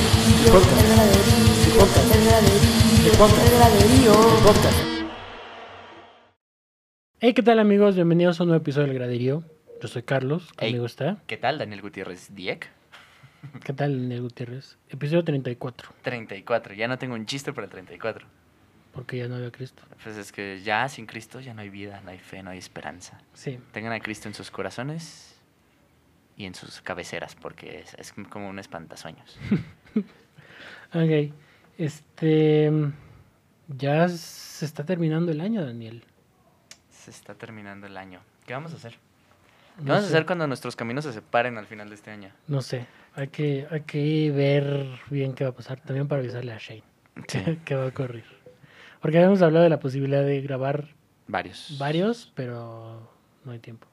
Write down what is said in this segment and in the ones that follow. podcast. Mi podcast. Mi podcast. Mi podcast. Hey, ¿qué tal amigos? Bienvenidos a un nuevo episodio del Graderío. Yo soy Carlos, Hey. conmigo está. ¿Qué tal, Daniel Gutiérrez? Dieck? ¿Qué tal, Daniel Gutiérrez? Episodio 34, 34. Ya no tengo un chiste para el 34. porque ya no había Cristo. Pues es que ya sin Cristo ya no hay vida, no hay fe, no hay esperanza. Sí, Tengan a Cristo en sus corazones y en sus cabeceras, porque es, es como un espantasueños. ok. Este. Ya se está terminando el año, Daniel. Se está terminando el año. ¿Qué vamos a hacer? ¿Qué No vamos sé, a hacer cuando nuestros caminos se separen al final de este año? No sé. Hay que, hay que ver bien qué va a pasar. También para avisarle a Shane qué va a ocurrir. Porque habíamos hablado de la posibilidad de grabar Varios. varios, pero no hay tiempo.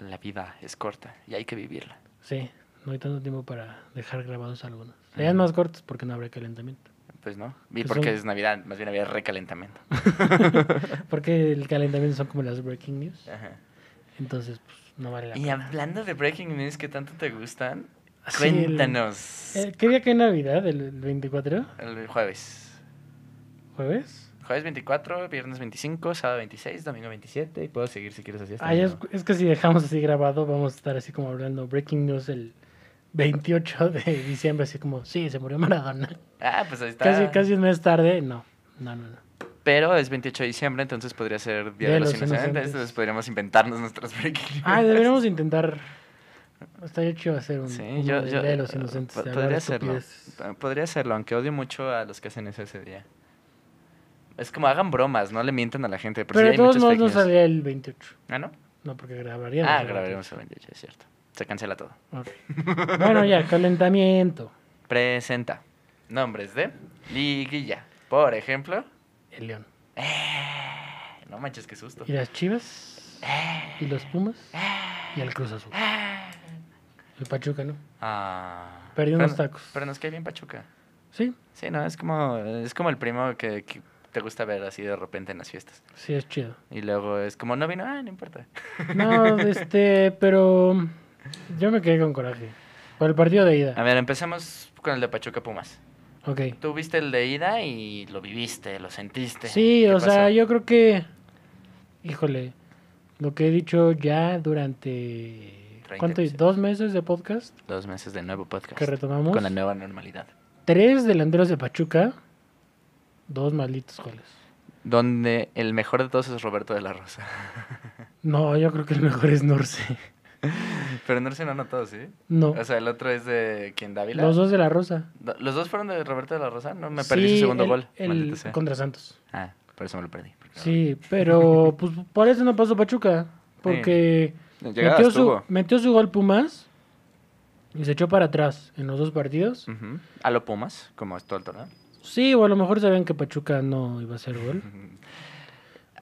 La vida es corta y hay que vivirla. Sí, no hay tanto tiempo para dejar grabados algunos. Serían más cortos porque no habrá calentamiento. Pues no. Y Pues porque son- es Navidad, más bien había recalentamiento. Porque el calentamiento son como las breaking news. Ajá. Entonces, pues, no vale la Y pena. hablando de Breaking News que tanto te gustan, Sí, el- cuéntanos. Eh, ¿Qué día cae Navidad? ¿El el 24? El jueves. ¿Jueves? Jueves 24, viernes 25, sábado 26, domingo 27. Y puedo seguir si quieres así. hasta Ah, ya el es, domingo. es que si dejamos así grabado, vamos a estar así como hablando breaking news el 28 de diciembre, así como, sí, se murió Maradona. Ah, pues ahí está. Casi, casi un mes tarde. No, no, no. no. Pero es 28 de diciembre, entonces podría ser Día, de, los Inocentes. Entonces podríamos inventarnos nuestras Breaking News. Ah, deberíamos intentar. Estaría chido hacer un, Sí, uno yo, del yo- Día de los inocentes. po- hablar podría hacerlo. estupideces. Podría hacerlo, aunque odio mucho a los que hacen eso ese día. Es como hagan bromas, no le mientan a la gente. Pero de de todos modos no salía el 28. Ah, ¿no? No, porque grabaríamos. Ah, el grabaremos el 28, es cierto. Se cancela todo. 28. Ok. Bueno, ya, calentamiento. Presenta nombres de liguilla. Por ejemplo, Eh, El León. no manches, qué susto. Eh. Y las Chivas. Y los Pumas. Y el Cruz Azul. El Pachuca, ¿no? Ah, Perdí pero unos no- tacos. Pero nos cae bien Pachuca. Sí, Sí, no, es como, es como el primo que, que te gusta ver así de repente en las fiestas. sí, es chido. Y luego es como, no vino, ah, no importa. No, este, pero yo me quedé con coraje. Por el partido de A ida. ver, empezamos con el de Pachuca Pumas. Ok. Tú viste el de ida y lo viviste, lo sentiste. Sí, Este, ¿Qué o sea, pasó? yo creo que, híjole, lo que he dicho ya durante, Treinta ¿cuánto? episodios. Dos meses de podcast Dos meses de nuevo podcast. que retomamos. Con la nueva normalidad. Tres delanteros de Pachuca, dos malditos goles. Donde el mejor de todos es Roberto de la Rosa. No, yo creo que el mejor es Norce. Pero no se lo anotó, ¿sí? No, O sea, el otro es de quien Dávila. los dos de la Rosa. Do- ¿Los dos fueron de Roberto de la Rosa? No, me perdí su Sí, segundo el- gol. el maldito sea. contra Santos. Ah, por eso me lo perdí. porque- Sí, pero pues por eso no pasó Pachuca, porque Llegadas metió su, tuvo. metió su gol Pumas y se echó para atrás en los dos partidos. Ujú. A lo Pumas, como es todo el torneo. Sí, o a lo mejor sabían que Pachuca no iba a hacer gol.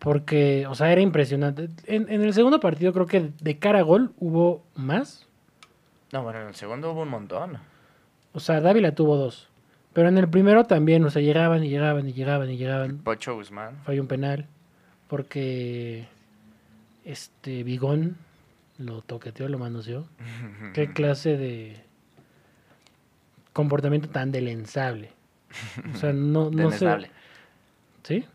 Porque, o sea, era impresionante. En, en el segundo partido creo que de cara a gol hubo más. No, bueno, en el segundo hubo un montón. O sea, Dávila tuvo dos. Pero en el primero también, o sea, llegaban y llegaban y llegaban y llegaban. Pocho Guzmán. Falló un penal. Porque este Bigón lo toqueteó, lo manoseó. Qué clase de comportamiento tan delensable. O sea, no, no sé. Denesnable. ¿Sí? Sí.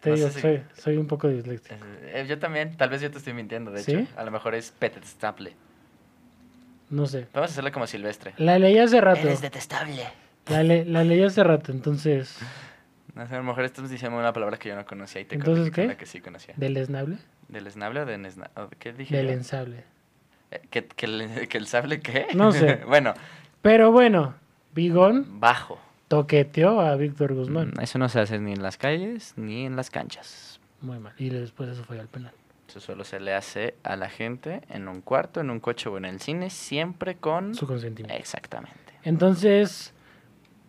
Te No digo, sé si- soy, soy un poco disléxico. Eh, Yo también, tal vez yo te estoy mintiendo, de ¿Sí? hecho. A lo mejor es detestable. No sé. Vamos a hacerlo como silvestre. La leí hace rato. Eres detestable. La, le- la leí hace rato, entonces. No sé, a lo mejor estás diciendo una palabra que yo no conocía y te Entonces, corregí con ¿qué? la que sí conocía. ¿Del esnable? ¿Del esnable o de nesna- o de- ¿Qué dije? Del yo? ensable. Eh, ¿Que, que el, que el sable qué? No sé. bueno, Pero bueno, Bigón bajo. toqueteó a Víctor Guzmán. Mm, Eso no se hace ni en las calles ni en las canchas. Muy mal. Y después eso fue al penal. Eso solo se le hace a la gente en un cuarto, en un coche o en el cine, siempre con... Su Eh. consentimiento. Exactamente. Entonces,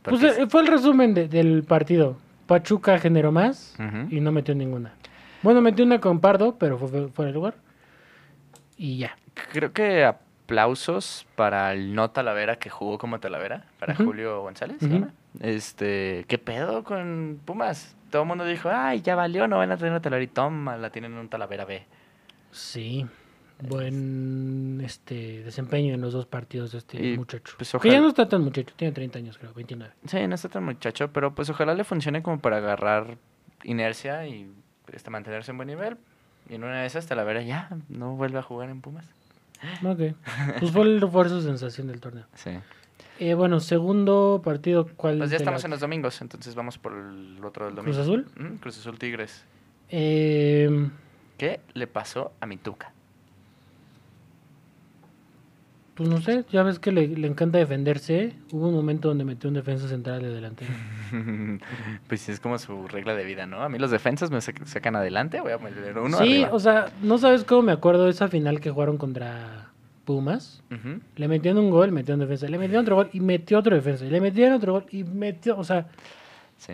pues Porque es- eh, fue el resumen de- del partido. Pachuca generó más Ujú. y no metió ninguna. Bueno, metió una con Pardo, pero fue- fue fuera de lugar. Y ya. Creo que aplausos para el no Talavera que jugó como Talavera, para Ujú. Julio González. se Ujú. llama. Este, ¿qué pedo con Pumas? Todo el mundo dijo, ay, ya valió, no van a tener a Talavera y toma, la tienen en un Talavera B. Sí. buen este desempeño en los dos partidos de este Y, muchacho. pues, que ya ojalá- no está tan muchacho, tiene 30 años creo, 29. Sí, no está tan muchacho, pero pues ojalá le funcione como para agarrar inercia y este, mantenerse en buen nivel. Y en una de esas, Talavera ya no vuelve a jugar en Pumas. Ok. Pues fue el refuerzo sensación del torneo. Sí. Eh, bueno, segundo partido, ¿cuál? Pues ya te estamos late? en los domingos, entonces vamos por el otro del domingo. ¿Cruz Azul? Ujú, Cruz Azul Tigres. Eh, ¿Qué le pasó a mi Tuca? pues no sé, ya ves que le, le encanta defenderse. Hubo un momento donde metió un defensa central de delantero. pues es como su regla de vida, ¿no? A mí los defensas me sac- sacan adelante, voy a poner uno sí, arriba. o sea, no sabes cómo me acuerdo de esa final que jugaron contra Pumas. Ujú. Le metieron un gol, metieron defensa. Le metieron otro gol y metió otro defensa. Le metieron otro gol y metió, o sea, Sí.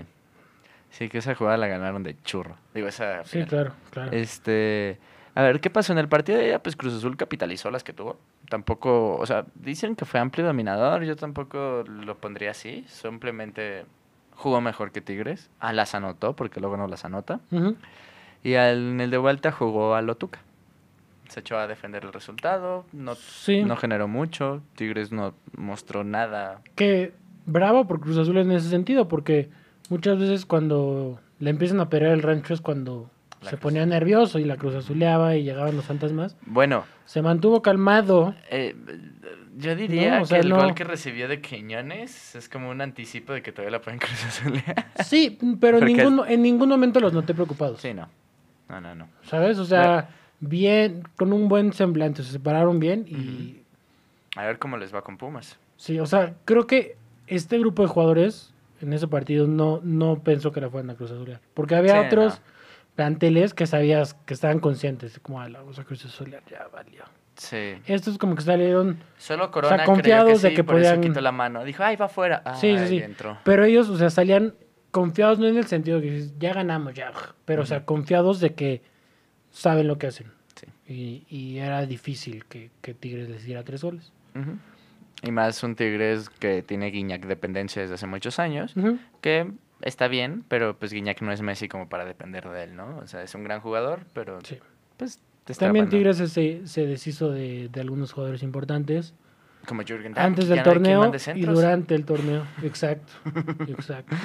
Sí, que esa jugada la ganaron de churro. Digo, esa sí, final. claro, claro. Este, a ver, ¿qué pasó en el partido de ella? Pues Cruz Azul capitalizó las que tuvo. Tampoco, o sea, dicen que fue amplio dominador, yo tampoco lo pondría así, simplemente jugó mejor que Tigres. Ah, las anotó, porque luego no las anota. Ujú. Y al- en el de vuelta jugó a Lotuca. Se echó a defender el resultado, no, Sí. no generó mucho, Tigres no mostró nada. que bravo por Cruz Azul en ese sentido, porque muchas veces cuando le empiezan a pelear el rancho es cuando La se Cruz ponía nervioso y la Cruz Azuleaba y llegaban los fantasmas. Bueno, Se mantuvo calmado. Eh, yo diría No, o sea, que el no. gol que recibió de Quiñones es como un anticipo de que todavía la pueden Cruz Azulear. Sí, pero en Porque- ningún, en ningún momento los noté preocupados, Sí, no. No, no, no. ¿sabes? O sea, bien, con un buen semblante, se separaron bien y... A ver cómo les va con Pumas. Sí, o sea, creo que este grupo de jugadores en ese partido no, no pensó que la fueran a Cruz Azulear. Porque había Sí, otros no. planteles que sabías que estaban conscientes, como "Ah, la vamos a Cruz Azulear, ya valió. Sí. Estos como que salieron, Solo Corona confiados creyó que de sí, que por podían- eso quitó la mano. Dijo, ay, va afuera. Sí, sí, Ay, sí. entró. pero ellos, o sea, salían confiados no en el sentido de que dices, ya ganamos, ya, pero o sea, confiados de que saben lo que hacen. Sí. Y, y era difícil que, que Tigres les diera tres goles. Ujú. Y más un Tigres que tiene Guiñac dependencia desde hace muchos años. Ujú. Que está bien, pero pues Guiñac no es Messi como para depender de él, ¿no? O sea, es un gran jugador, pero Sí. pues te está También tapando. Tigres se, se deshizo de, de algunos jugadores importantes. Como Jürgen Damm, Antes que del ya no hay quien torneo mande y centros. durante el torneo. Exacto. exacto.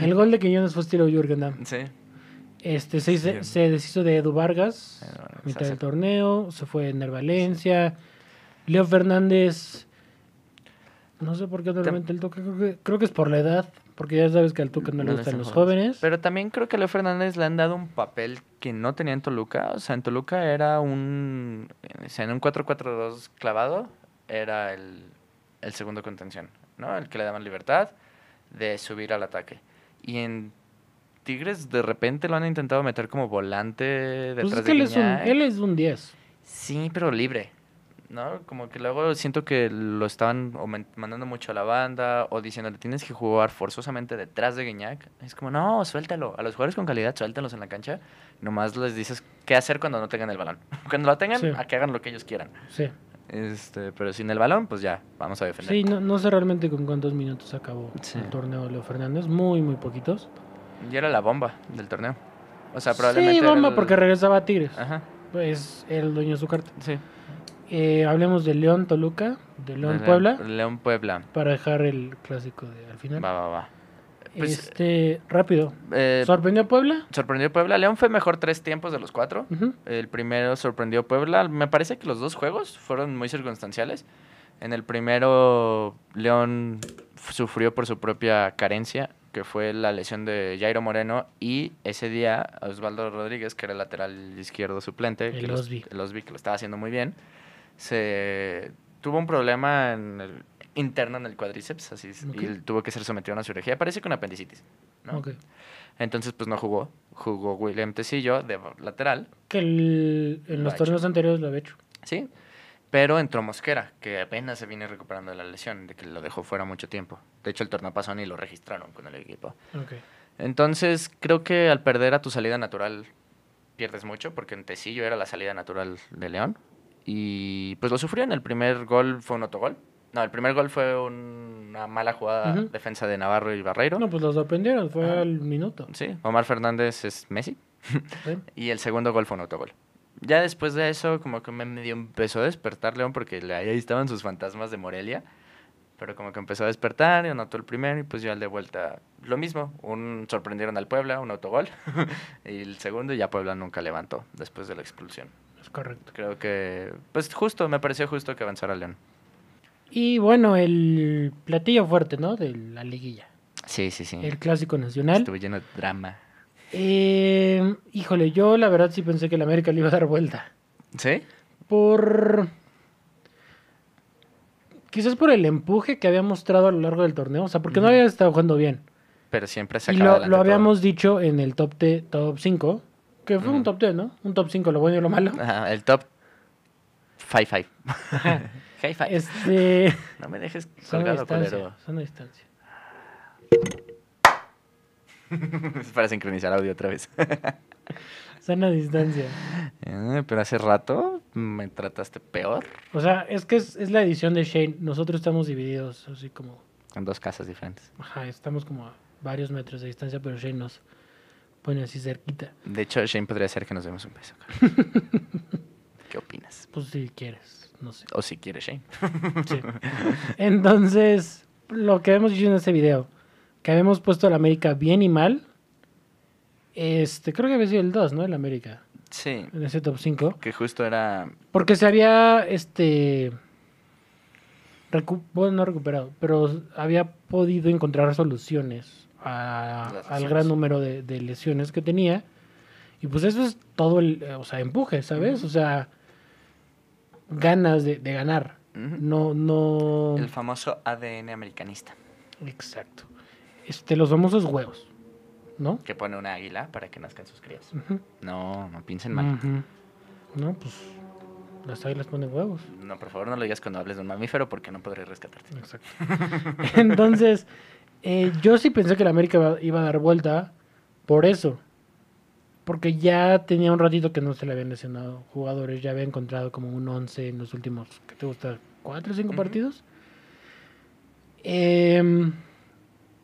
El gol de Quiñones fue estilo Jürgen Damm. Sí. Este, se, hizo- se deshizo de Edu Vargas Edu Vargas, a mitad hace- del torneo. Se fue Ner Valencia. Leo Fernández. No sé por qué normalmente el toque. Creo que, creo que es por la edad. Porque ya sabes que al toque no, le gustan están los jóvenes. jóvenes. Pero también creo que a Leo Fernández le han dado un papel que no tenía en Toluca. O sea, en Toluca era un. O sea, en un 4-4-2 clavado, era el, el segundo contención, ¿no? El que le daban libertad de subir al ataque. Y en Tigres, de repente lo han intentado meter como volante detrás pues es de que él es, un, Guiñac. él es un 10. Sí, pero libre. ¿No? Como que luego siento que lo estaban o men- mandando mucho a la banda o diciéndole tienes que jugar forzosamente detrás de Guiñac. Es como, no, suéltalo. A los jugadores con calidad, suéltalos en la cancha. Nomás les dices qué hacer cuando no tengan el balón. Cuando lo tengan, Sí. a que hagan lo que ellos quieran. Sí. Este, pero sin el balón, pues ya, vamos a defender. Sí, no, no sé realmente con cuántos minutos acabó Sí. el torneo de Leo Fernández. Muy, muy poquitos. Y era la bomba del torneo. O sea, probablemente. Sí, era bomba, el- porque regresaba a Tigres. Ajá, Es el dueño de su carta. sí. Eh, hablemos de León Toluca, de León León- Puebla, León Puebla. para dejar el clásico de, al final. Va, va, va. pues- este, rápido. Eh, ¿Sorprendió a Puebla? sorprendió Puebla. León fue mejor tres tiempos de los cuatro. Ujú. El primero sorprendió Puebla. Me parece que los dos juegos fueron muy circunstanciales. En el primero, León f- sufrió por su propia carencia, que fue la lesión de Jairo Moreno. Y ese día, Osvaldo Rodríguez, que era el lateral izquierdo suplente, El que los- Osby. el Osby, que lo estaba haciendo muy bien, se tuvo un problema en el- interno en el cuádriceps, así es, Ok. y él tuvo que ser sometido a una cirugía. Parece que una apendicitis. ¿no? Ok. Entonces, pues no jugó. Jugó William Tecillo de lateral. Que el- en Lo los ha torneos anteriores lo había hecho. Sí. Pero entró Mosquera, que apenas se viene recuperando de la lesión, de que lo dejó fuera mucho tiempo. De hecho, el torneo pasó ni lo registraron con el equipo. Ok. Entonces, creo que al perder a tu salida natural, pierdes mucho, porque en Tecillo era la salida natural de León. Y pues lo sufrieron. El primer gol fue un autogol. No, el primer gol fue un- una mala jugada Ujú. defensa de Navarro y Barreiro. No, pues los sorprendieron, fue Ajá. al minuto. ¿eh? Sí, Omar Fernández es Messi. ¿sí? Y el segundo gol fue un autogol. Ya después de eso, como que me medio empezó a despertar León, porque le- ahí estaban sus fantasmas de Morelia. Pero como que empezó a despertar, y anotó el primero, y pues ya de vuelta lo mismo. Un sorprendieron al Puebla, un autogol. y el segundo, y ya Puebla nunca levantó después de la expulsión. Es correcto. Creo que, pues justo, me pareció justo que avanzara León. Y bueno, el platillo fuerte, ¿no? De la liguilla. Sí, sí, sí. El clásico nacional. Estuvo lleno de drama. Eh, híjole, yo la verdad sí pensé que el América le iba a dar vuelta. ¿Sí? Por. Quizás por el empuje que había mostrado a lo largo del torneo. O sea, porque no Ujú. había estado jugando bien. Pero siempre se Y acaba lo, adelante lo todo. habíamos dicho en el top, te- top 5. Que fue un Ujú. top 10, ¿no? Un top 5, lo bueno y lo malo. Ajá, el top 5-5. High five. Este. No me dejes Son a colgado, distancia. culero. Son a distancia. Para sincronizar audio otra vez. Son a distancia. Eh, Pero hace rato me trataste peor O sea, es que es, es la edición de Shane. Nosotros estamos divididos, así como. en dos casas diferentes. Ajá, estamos como a varios metros de distancia, pero Shane nos pone así cerquita. De hecho, Shane podría ser que nos demos un beso. ¿Qué opinas? Pues si quieres, no sé. O si quieres, Shane. Sí. Entonces, lo que hemos dicho en este video, que habíamos puesto al América bien y mal. Este, creo que había sido el 2, ¿no? El América, Sí. en ese top 5. Que justo era... Porque se había, este, recu- bueno, no recuperado, pero había podido encontrar soluciones a- Las al lesiones. gran número de, de lesiones que tenía. Y pues eso es todo el, eh, o sea, empuje, ¿sabes? O sea, ganas de, de ganar. Ujú. No, no. El famoso ADN americanista. Exacto. Este, los famosos huevos, ¿no? Que pone una águila para que nazcan sus crías. Ujú. No, no piensen mal. Ujú. No, pues las águilas ponen huevos. Mm. No, por favor, no lo digas cuando hables de un mamífero porque no podré rescatarte. Exacto. Entonces, eh, yo sí pensé que la América iba- iba a dar vuelta por eso. Porque ya tenía un ratito que no se le habían lesionado jugadores, ya había encontrado como un 11 en los últimos, ¿qué te gusta? ¿Cuatro o cinco Ujú. partidos? Em,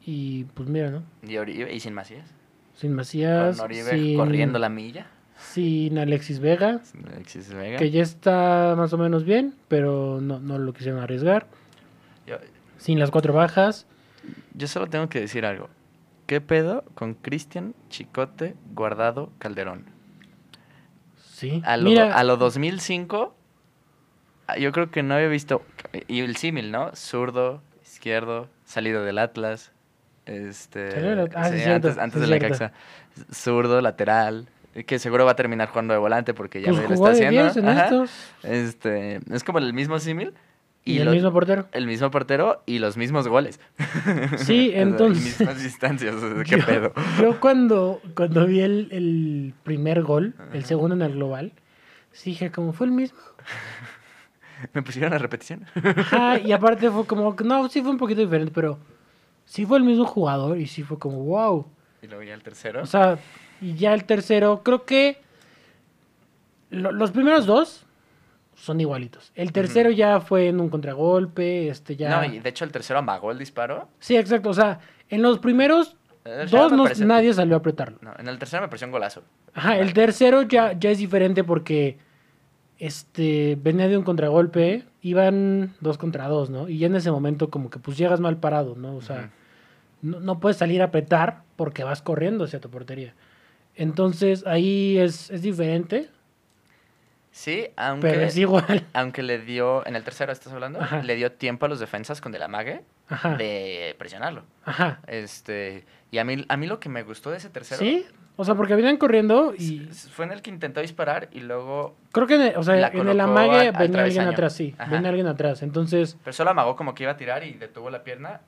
y pues mira, ¿no? Y, Oribe- y sin Macías. Sin Macías, Con Oribe sin, corriendo la milla. sin Alexis Vega, Sin Alexis Vega. que ya está más o menos bien, pero no, no lo quisieron arriesgar. Yo, Sin las cuatro bajas, yo solo tengo que decir algo. ¿Qué pedo con Cristian Chicote Guardado Calderón? sí. A lo, Mira, a lo 2005, ah, yo creo que no había visto. Y el símil, ¿no? Zurdo, izquierdo, salido del Atlas. Este, Salido del At- ah, sí, sí, es cierto, antes, antes sí, de es la cierto. caxa. Zurdo, lateral. Que seguro va a terminar jugando de volante porque ya pues ve, lo jugó está de haciendo. 10 en Ajá. estos. Este, es como el mismo símil Y, y, el lo- mismo portero. el mismo portero y los mismos goles. Sí, O sea, entonces- mismas distancias, o sea, qué yo, pedo. yo cuando, cuando vi el, el primer gol, el Ajá. segundo en el global, sí dije, como fue el mismo. Me pusieron la repetición. Ajá, y aparte fue como, no, sí fue un poquito diferente, pero sí fue el mismo jugador y sí fue como, wow. Y luego ya el tercero. O sea, y ya el tercero, creo que lo- los primeros dos son igualitos. El tercero ya fue en un contragolpe, este ya... No, y de hecho el tercero amagó el disparo. Sí, exacto. O sea, en los primeros El tercero dos me no- parece- nadie salió a apretarlo. No, en el tercero me pareció un golazo. Ajá, el tercero ya, ya es diferente porque este venía de un contragolpe, iban dos contra dos, ¿no? Y ya en ese momento como que pues llegas mal parado, ¿no? O sea, Ujú. no, no puedes salir a apretar porque vas corriendo hacia tu portería. Entonces ahí es, es diferente, Sí, aunque, pero es igual. aunque le dio, en el tercero estás hablando, Ajá. Ah. le dio tiempo a los defensas con el amague Ajá. de presionarlo. Ajá. Este, y a mí, a mí lo que me gustó de ese tercero ¿Sí? O sea, porque venían corriendo y s- fue en el que intentó disparar y luego creo que en el, o sea, La en el colocó amague al- al venía alguien travesaño. atrás, sí, Ajá. venía alguien atrás. Entonces, Pero solo amagó como que iba a tirar y detuvo la pierna.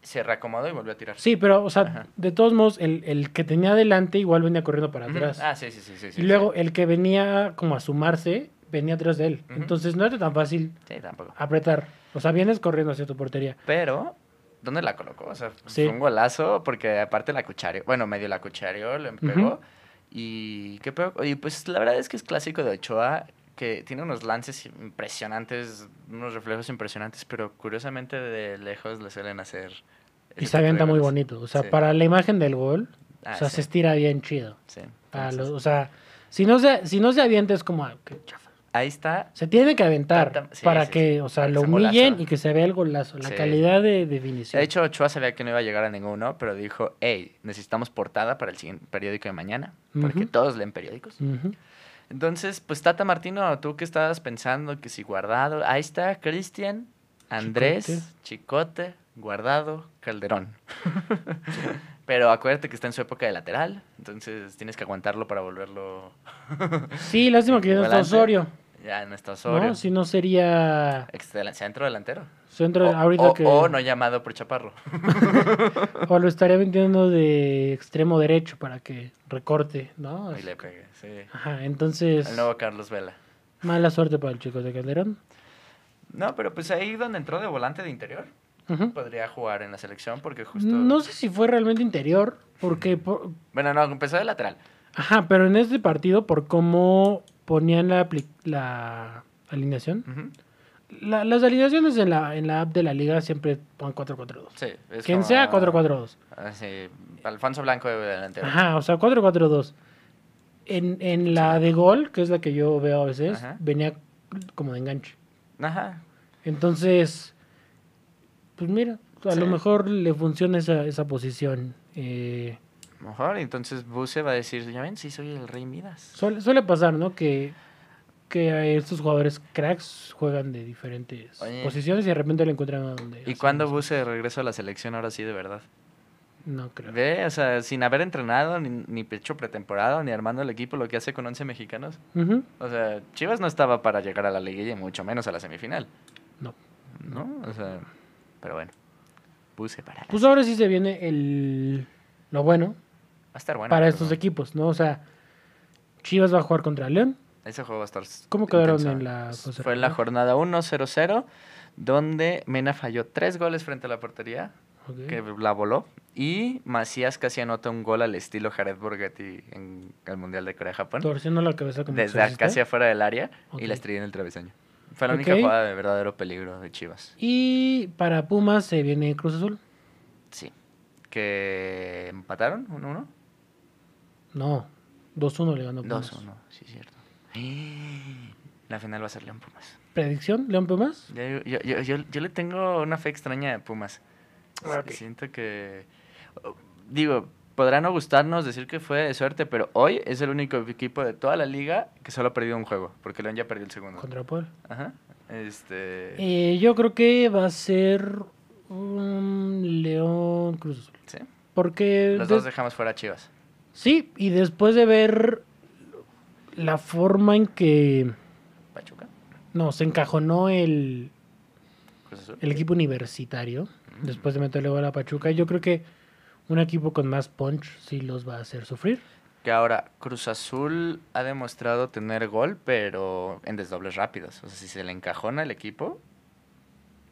Se reacomodó y volvió a tirar. sí, pero o sea, Ajá. de todos modos, el, el que tenía adelante igual venía corriendo para Ujú. atrás. Ah, sí, sí, sí. sí, sí, y luego sí. el que venía como a sumarse, venía atrás de él. Ujú. Entonces no era tan fácil Sí, tampoco. apretar. O sea, vienes corriendo hacia tu portería. Pero, ¿dónde la colocó? O sea, Sí. fue un golazo porque aparte la cuchareó. Bueno, medio la cuchareó, le pegó. Y qué pedo? Y pues la verdad es que es clásico de Ochoa, que tiene unos lances impresionantes, unos reflejos impresionantes, pero curiosamente de lejos le suelen hacer. Y se ese tipo de avienta muy goles. bonito. O sea, Sí. para la imagen del gol, Ah, o sea, sí, Ah, se estira bien chido. sí. Para Entonces, los- o sea, Si no se, si no se avienta, es como, ah, qué chafa. Ahí está. Se tiene que Tam- aventar tam- sí, para sí, que, sí. o sea, lo Es un golazo. humillen y que se vea el golazo. La Sí. calidad de definición. De hecho, Ochoa sabía que no iba a llegar a ninguno, pero dijo, hey, necesitamos portada para el siguiente periódico de mañana, porque Ujú. todos leen periódicos. Ujú. Entonces, pues Tata Martino, tú que estabas pensando que si guardado, ahí está Cristian, Andrés, Chicote, Guardado, Calderón. Pero acuérdate que está en su época de lateral, entonces tienes que aguantarlo para volverlo. Sí, lástima que ya no está Volante, Osorio. Ya en está Osorio. ¿no? Si no sería Extela- Centro delantero. centro o, ahorita o- que. o no llamado por Chaparro. o lo estaría vendiendo de extremo derecho para que recorte, ¿no? Y le pegue, sí. Ajá, entonces. El nuevo Carlos Vela. Mala suerte para el chico de Calderón. No, pero pues ahí donde entró de volante de interior, Ujú. podría jugar en la selección porque Pues, justo... No sé si fue realmente interior, porque. por- Bueno, no, empezó de lateral. Ajá, pero en este partido, por cómo ponían la, apli- la alineación. Ujú. la- las alineaciones en la, en la app de la liga siempre ponen 4-4-2. Sí, es Quien como- sea 4-4-2. Ah, sí, Alfonso Blanco de delantero. Ajá, o sea, 4-4-2. En, en la de gol, que es la que yo veo a veces, Ajá. venía como de enganche. Ajá. Entonces, pues mira, a lo Sí. mejor le funciona esa, esa posición. Eh, Mejor, entonces Buse va a decir, ya ven, sí soy el rey Midas. suele, suele pasar, ¿no? Que, que estos jugadores cracks juegan de diferentes Oye. posiciones y de repente le encuentran a donde. ¿Y hacen cuándo eso. Buse regresó a la selección ahora sí de verdad? No creo. Ve, o sea, sin haber entrenado, ni, ni pecho pretemporada, ni armando el equipo, lo que hace con 11 mexicanos. Ujú, O sea, Chivas no estaba para llegar a la liguilla y mucho menos a la semifinal. No. ¿No? O sea, pero bueno. Buse para. Va Pues ahora sí se viene el lo bueno, a estar bueno. para pero estos equipos, ¿no? O sea, Chivas va a jugar contra León. Ese juego va a estar. ¿Cómo quedaron intenso. en la S- cosa Fue en la regular? jornada 1-0-0, donde Mena falló tres goles frente a la portería, Ok. que la voló. Y Macías casi anota un gol al estilo Jared Borghetti en el Mundial de Corea-Japón. Torciendo la cabeza como Desde exorcista. casi afuera del área y Ok. la estrelló en el travesaño. Fue la única Ok. jugada de verdadero peligro de Chivas. Y para Pumas se viene Cruz Azul. Sí. Que empataron 1-1. No, 2-1 le ganó Pumas. 2-1, sí, cierto. La final va a ser León Pumas. ¿Predicción? ¿León Pumas? Yo, yo- yo- yo- yo le tengo una fe extraña de Pumas. Ah, ok. Siento que. Digo, podrá no gustarnos decir que fue de suerte, pero hoy es el único equipo de toda la liga que solo ha perdido un juego, porque León ya perdió el segundo. Contra Puebla. Ajá. Este. Eh, yo creo que va a ser un León Cruz Azul. sí. Porque Los de- dos dejamos fuera a Chivas. sí, y después de ver la forma en que Pachuca, no, se encajonó el, Cruz Azul. el equipo universitario Mm. después de meterle gol a Pachuca. Yo creo que un equipo con más punch sí los va a hacer sufrir. Que ahora, Cruz Azul ha demostrado tener gol, pero en desdobles rápidos. O sea, si se le encajona el equipo,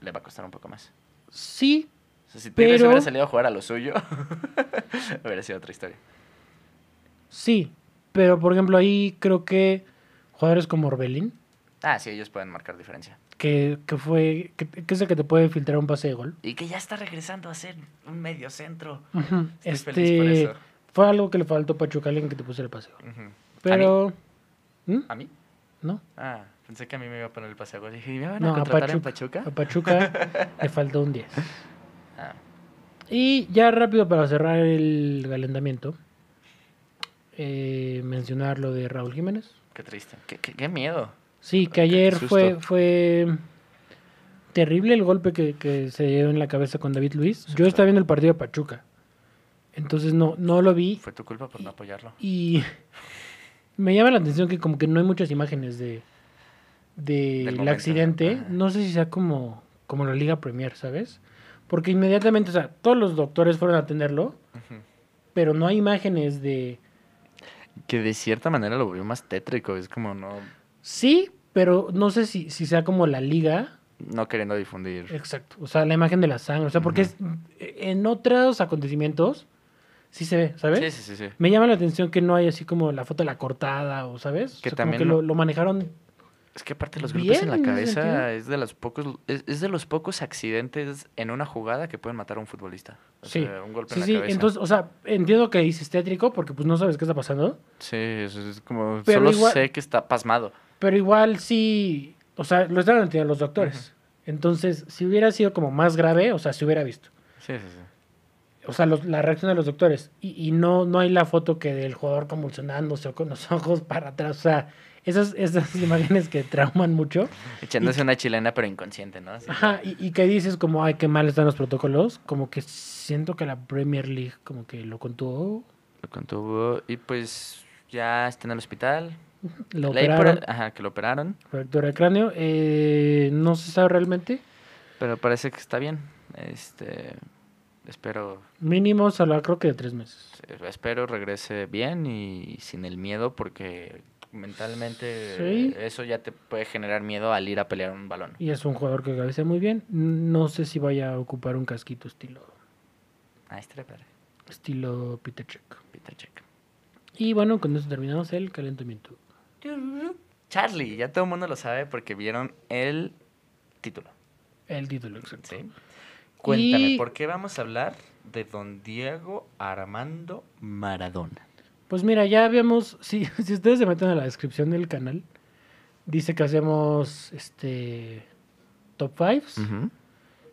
le va a costar un poco más. Sí, O sea, si Tigres Pero- hubiera salido a jugar a lo suyo, hubiera sido otra historia. sí, pero por ejemplo ahí creo que jugadores como Orbelín, Ah, sí, ellos pueden marcar diferencia. que, que fue, que, que es el que te puede filtrar un pase de gol. Y que ya está regresando a ser un medio centro. Ujú, Estoy feliz por Este eso. fue algo que le faltó a Pachuca, alguien que te pusiera el pase de gol. Ujú. Pero ¿Mm? ¿A mí? no, Ah, pensé que a mí me iba a poner el pase a gol. Dije, ¿me van a no a contratar en Pachuca, Pachuca? a Pachuca le faltó un 10. Ah, Y ya rápido para cerrar el calentamiento, eh, mencionar lo de Raúl Jiménez. qué triste. Qué, qué- qué miedo. Sí, que Ah, qué ayer susto. fue, fue terrible el golpe que, que se dio en la cabeza con David Luis. Yo claro. estaba viendo el partido de Pachuca, entonces no, no lo vi Fue tu culpa por no apoyarlo. y me llama la atención que como que no hay muchas imágenes de del momento, accidente. ajá. No sé si sea como, como la Liga Premier, ¿sabes? Porque inmediatamente, o sea, todos los doctores fueron a atenderlo, pero no hay imágenes de... Que de cierta manera lo volvió más tétrico. Es como no, Sí, pero no sé si, si sea como la liga. no queriendo difundir. Exacto. O sea, la imagen de la sangre. O sea, porque es- eh, en otros acontecimientos sí se ve, ¿sabes? Sí, sí, sí, sí. Me llama la atención que no hay así como la foto de la cortada o, ¿sabes? O Que sea, como también que no- lo, lo manejaron Es que aparte los golpes en la Bien, en ese sentido. cabeza es de los pocos es, es de los pocos accidentes en una jugada que pueden matar a un futbolista. O Sí. sea, un Sí, golpe en la sí, cabeza. entonces, o sea, entiendo que dices tétrico porque pues no sabes qué está pasando, Sí, eso es como Pero solo igual- sé que está pasmado. pero igual sí, o sea, lo están ante los doctores. Entonces, si hubiera sido como más grave, o sea, se hubiera visto. Sí, sí, sí. O sea, los- la reacción de los doctores. Y, y no, no hay la foto que del jugador convulsionándose o con los ojos para atrás. O sea, esas, esas imágenes que trauman mucho. Echándose una chilena pero inconsciente, ¿no? Así Ajá, y, y que dices como, ay, qué mal están los protocolos. Como que siento que la Premier League como que lo contuvo, Lo contuvo y pues ya está en el hospital. lo Leí por- operaron, ajá, que lo operaron, fractura de cráneo. eh, no se sabe realmente. pero parece que está bien. Este espero Mínimo, solo creo que de tres meses. Pues, espero regrese bien y sin el miedo porque mentalmente Sí. eso ya te puede generar miedo al ir a pelear un balón. Y es un jugador que cabecea muy bien. No sé si vaya a ocupar un casquito estilo, Ah, estaría padre. estilo Peter Check. Peter Check. Y bueno, con eso terminamos el calentamiento. Charlie, ya todo el mundo lo sabe porque vieron el título. El título, exacto. ¿sí? Cuéntame, Y- ¿por qué vamos a hablar de don Diego Armando Maradona? Pues mira, ya habíamos, si, si ustedes se meten a la descripción del canal, dice que hacemos este top fives.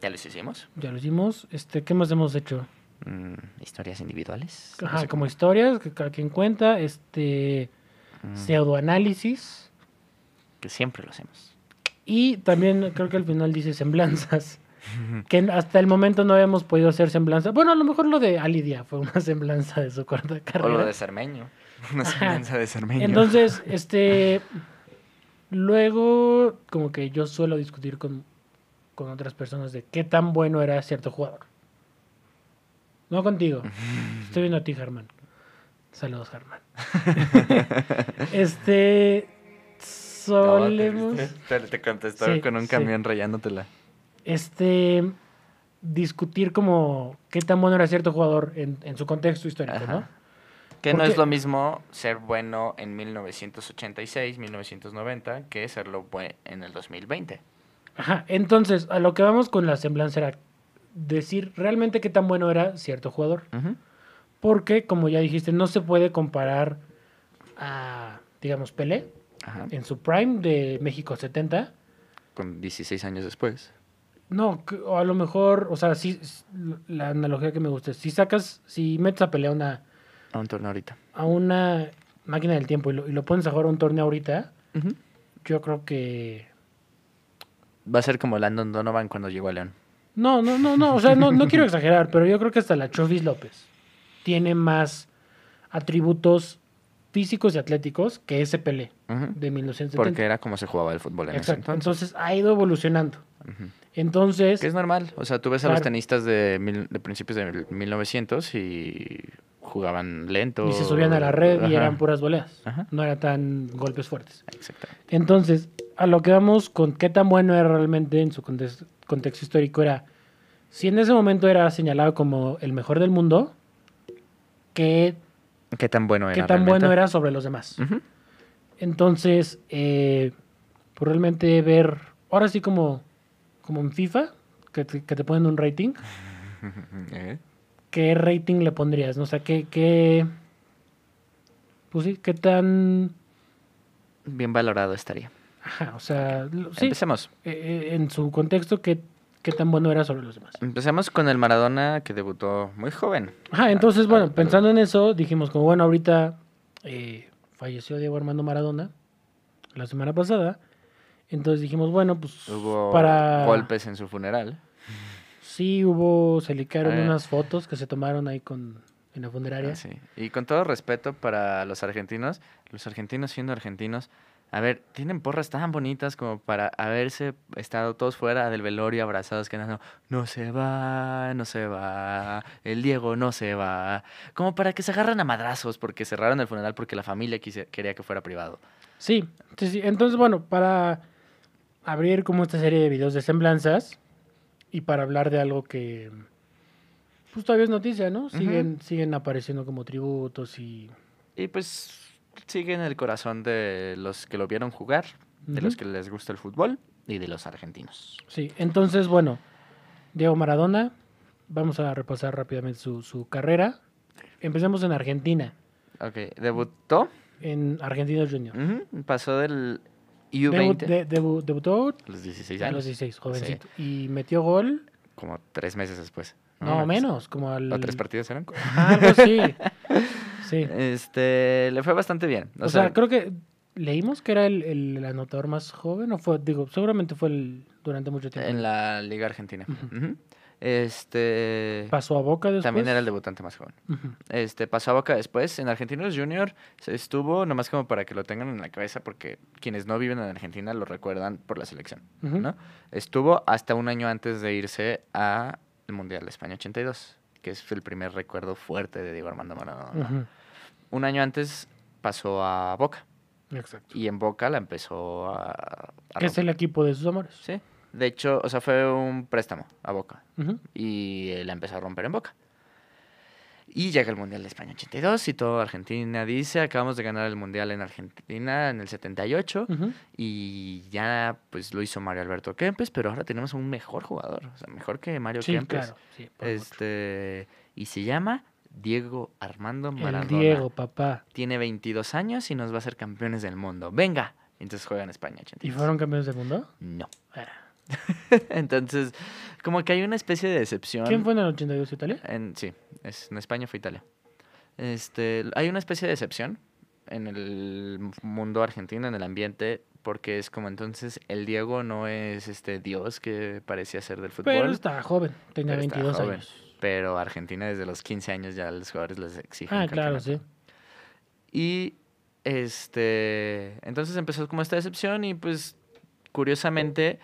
¿Ya los hicimos? Ya lo hicimos. Este, ¿qué más hemos hecho? Mm, historias individuales. no Ajá, sé como historias, que cada quien cuenta, este Mm, pseudoanálisis. Que siempre lo hacemos. Y también creo que al final dice semblanzas. Que hasta el momento no habíamos podido hacer semblanza. Bueno, a lo mejor lo de Alidia fue una semblanza de su cuarta O carrera. lo de Cermeño. Una Ajá. semblanza de Cermeño. Entonces, este. Luego, como que yo suelo discutir con, con otras personas de qué tan bueno era cierto jugador. No contigo. Estoy viendo a ti, Germán. Saludos, Germán. este. No, te Solemos. viste. te, te contestó Sí, con un sí. camión rayándotela. este. Discutir como qué tan bueno era cierto jugador en, en su contexto histórico, Ajá. ¿no? Que no Porque- es lo mismo ser bueno en 1986, 1990, que serlo bue- en el 2020. Ajá, entonces, a lo que vamos con la semblanza era decir realmente qué tan bueno era cierto jugador. Porque, como ya dijiste, no se puede comparar a, digamos, Pelé Ajá. en su prime de México 70. Con 16 años después. No, que- o a lo mejor, o sea, sí, s- la analogía que me gusta es, si sacas, si metes a Pelé a una, A un torno ahorita. a una máquina del tiempo y lo, y lo pones a jugar a un torneo ahorita, yo creo que... Va a ser como Landon Donovan cuando llegó a León. No, no, no, no, o sea, no, no quiero exagerar, pero yo creo que hasta la Chovis López tiene más atributos físicos y atléticos que ese Pelé de 1970. Porque era como se jugaba el fútbol en ese Exacto. entonces. Entonces ha ido evolucionando. Ujú. Entonces, Que es normal. O sea, tú ves a los Claro. tenistas de, mil- de principios de 1900 y jugaban lento. y se subían a la red y Ajá. eran puras voleas. Ajá. No eran tan golpes fuertes. Exacto. Entonces, a lo que vamos con qué tan bueno era realmente en su context- contexto histórico era, si en ese momento era señalado como el mejor del mundo, ¿qué, ¿Qué tan bueno era? qué tan bueno realmente? era sobre los demás? Ujú. Entonces, eh, pues realmente ver, ahora sí como, como en FIFA, que te, que te ponen un rating, Eh. ¿qué rating le pondrías? No? O sea, ¿qué, qué, pues sí, qué tan, Bien valorado estaría. ajá, o sea, lo- sí, Empecemos. eh, eh, en su contexto, ¿qué, qué tan bueno era sobre los demás? Empecemos con el Maradona que debutó muy joven. Ajá, entonces, bueno, al- pensando en eso, dijimos como, bueno, ahorita eh, falleció Diego Armando Maradona la semana pasada, entonces dijimos, bueno, pues Hubo para... golpes en su funeral. Sí, hubo, se licaron Ah, unas fotos que se tomaron ahí con en la funeraria. Ah, sí. Y con todo respeto para los argentinos, los argentinos siendo argentinos, a ver, tienen porras tan bonitas como para haberse estado todos fuera del velorio abrazados que no, no se va, no se va, el Diego no se va, como para que se agarran a madrazos porque cerraron el funeral porque la familia quise- quería que fuera privado. Sí, sí, sí. Entonces, bueno, para abrir como esta serie de videos de semblanzas y para hablar de algo que pues todavía es noticia, ¿no? Siguen, siguen apareciendo como tributos y Y pues sigue en el corazón de los que lo vieron jugar, de los Ujú. que les gusta el fútbol y de los argentinos. Sí, entonces, bueno, Diego Maradona, vamos a repasar rápidamente su, su carrera. Empecemos en Argentina, Ok, debutó, en Argentino Junior. ujú, pasó del Debu- U20 de- debu- debutó a los 16 a años, los 16, jovencito. Y metió gol, como tres meses después. no, Una cosa- menos, como al... ¿O pues, tres partidos eran? Algo así. Sí. Este, le fue bastante bien. O, sea, creo que leímos que era el, el anotador más joven, o fue, digo, seguramente fue el durante mucho tiempo. en la Liga Argentina. Ujú. Ujú. Este, Pasó a Boca después. también era el debutante más joven. Ujú. Este, pasó a Boca después. En Argentinos Junior se estuvo, nomás como para que lo tengan en la cabeza, porque quienes no viven en Argentina lo recuerdan por la selección, Ujú. ¿no? Estuvo hasta un año antes de irse al Mundial de España 82, que es el primer recuerdo fuerte de Diego Armando Maradona. ¿no? Ujú. Un año antes pasó a Boca, Exacto. y en Boca la empezó a... a Que es romper. el equipo de sus amores. Sí. De hecho, o sea, fue un préstamo a Boca. Ujú. y eh, la empezó a romper en boca. Y llega el Mundial de España 82 y todo Argentina dice, acabamos de ganar el Mundial en Argentina en el 78 Ujú. y ya pues lo hizo Mario Alberto Kempes, pero ahora tenemos un mejor jugador, o sea, mejor que Mario Sí, Kempes. claro. sí, por mucho. este, y se llama Diego Armando Maradona. el Diego, papá. Tiene 22 años y nos va a ser campeones del mundo. Venga. Entonces juega en España 82. ¿Y fueron campeones del mundo? No. Ah. Entonces, como que hay una especie de decepción. ¿Quién fue en el 82 Italia? En, sí, es, en España fue Italia. Este, hay una especie de decepción en el mundo argentino, en el ambiente, porque es como entonces el Diego no es este dios que parecía ser del fútbol. Pero estaba joven, tenía pero está 22 joven. años. Pero Argentina desde los 15 años ya los jugadores les exigen. Ah, un claro, campeonato. sí. Y este, entonces empezó como esta decepción y pues curiosamente